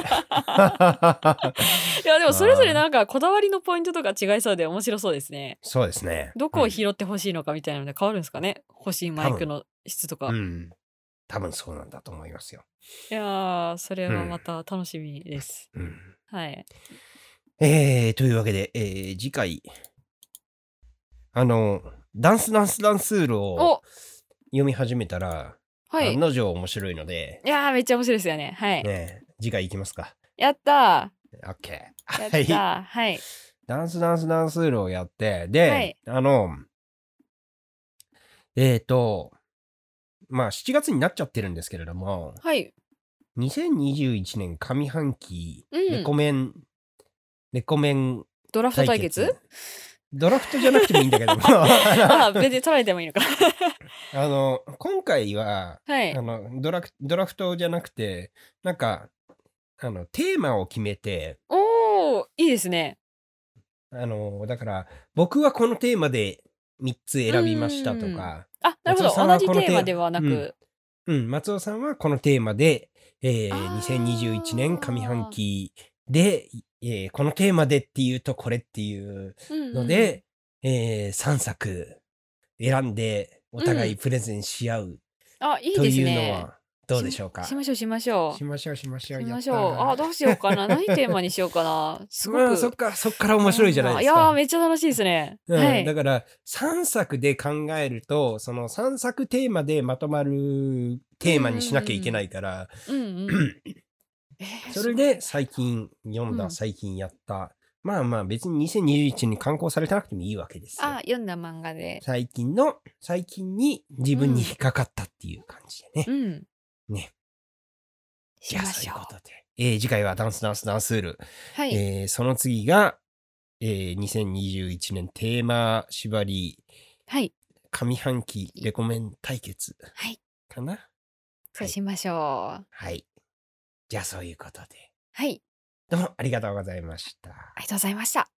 [SPEAKER 2] でもそれぞれなんかこだわりのポイントとか違いそうで面白そうですね
[SPEAKER 1] そうですね。
[SPEAKER 2] どこを拾ってほしいのかみたいなので変わるんですかね欲しいマイクの質とか、
[SPEAKER 1] うん、う
[SPEAKER 2] い
[SPEAKER 1] ん。多分そうなんだと思いますよ。
[SPEAKER 2] やーそれはまた楽しみです、
[SPEAKER 1] うん、
[SPEAKER 2] はい
[SPEAKER 1] えー、というわけで、えー、次回、あの、ダンスダンスダンスールを
[SPEAKER 2] お
[SPEAKER 1] 読み始めたら、
[SPEAKER 2] はい
[SPEAKER 1] 案の定面白いので、
[SPEAKER 2] いやーめっちゃ面白いですよねは
[SPEAKER 1] ね
[SPEAKER 2] い、
[SPEAKER 1] え、次回行きますか。
[SPEAKER 2] やった
[SPEAKER 1] オッケ
[SPEAKER 2] ーやっ
[SPEAKER 1] ー。
[SPEAKER 2] た
[SPEAKER 1] はい。
[SPEAKER 2] ーはい
[SPEAKER 1] ダンスダンスダンスールをやって、で、
[SPEAKER 2] はい
[SPEAKER 1] あの、えっ、と、まあ7月になっちゃってるんですけれども、
[SPEAKER 2] はい。
[SPEAKER 1] 2021年上半期、
[SPEAKER 2] うん
[SPEAKER 1] レコメン、レコメン
[SPEAKER 2] ドラフト
[SPEAKER 1] 対
[SPEAKER 2] 対
[SPEAKER 1] 決
[SPEAKER 2] 決
[SPEAKER 1] ドラフトじゃなくてもいいんだ けども
[SPEAKER 2] あ
[SPEAKER 1] あ
[SPEAKER 2] 別に取られてもいいのか。
[SPEAKER 1] の、今回は、
[SPEAKER 2] はい
[SPEAKER 1] あ。のドラク、ドラフトじゃなくて、なんか、あの、テーマを決めて、
[SPEAKER 2] おー、いいですね。
[SPEAKER 1] あの、だから、僕はこのテーマで3つ選びましたとか、
[SPEAKER 2] あ、なるほど。
[SPEAKER 1] 松尾さんは
[SPEAKER 2] 同じ
[SPEAKER 1] この
[SPEAKER 2] テーマではな
[SPEAKER 1] テー
[SPEAKER 2] く。
[SPEAKER 1] うん、松尾さんはこのテーマで、えー
[SPEAKER 2] あー
[SPEAKER 1] 2021年上半期で、えーこのテーマでっていうとこれっていうので、え3作選んでお互いプレゼンし合う
[SPEAKER 2] うんうん、あ、いい
[SPEAKER 1] と
[SPEAKER 2] です
[SPEAKER 1] いうの
[SPEAKER 2] ね。
[SPEAKER 1] はどうでしょうか、
[SPEAKER 2] しましょう、しましょう。
[SPEAKER 1] しましょうしましょう
[SPEAKER 2] し
[SPEAKER 1] や
[SPEAKER 2] ま
[SPEAKER 1] っ
[SPEAKER 2] したょう。あ、どうしようかな。何テーマにしようかな。す ご
[SPEAKER 1] まあ
[SPEAKER 2] く。
[SPEAKER 1] そっかそっから面白いじゃないです
[SPEAKER 2] や
[SPEAKER 1] か
[SPEAKER 2] ー、めっちゃ楽しいですね。
[SPEAKER 1] うん
[SPEAKER 2] はい
[SPEAKER 1] だ。から3作で考えるとその3作テーマでまとまるテーマにしなきゃいけないから、
[SPEAKER 2] うんうん。えー
[SPEAKER 1] それで最近読んだ、最近やった、まあまあ別に2021に刊行されてなくてもいいわけですよ。
[SPEAKER 2] あ読んだ漫画で。
[SPEAKER 1] 最近の、最近に自分に引っかかったっていう感じでね。
[SPEAKER 2] うん。
[SPEAKER 1] ね。
[SPEAKER 2] しま
[SPEAKER 1] じゃ
[SPEAKER 2] しょう
[SPEAKER 1] あそういうことで。えー次回はダンスダンスダンスール。
[SPEAKER 2] はい、
[SPEAKER 1] えーその次が、えー2021年テーマ縛り
[SPEAKER 2] はい。
[SPEAKER 1] 上半期レコメン対決
[SPEAKER 2] はい
[SPEAKER 1] かな
[SPEAKER 2] そうしましょう。
[SPEAKER 1] はい。じゃあそういうことで。
[SPEAKER 2] はい。
[SPEAKER 1] どうもありがとうございました。
[SPEAKER 2] ありがとうございました。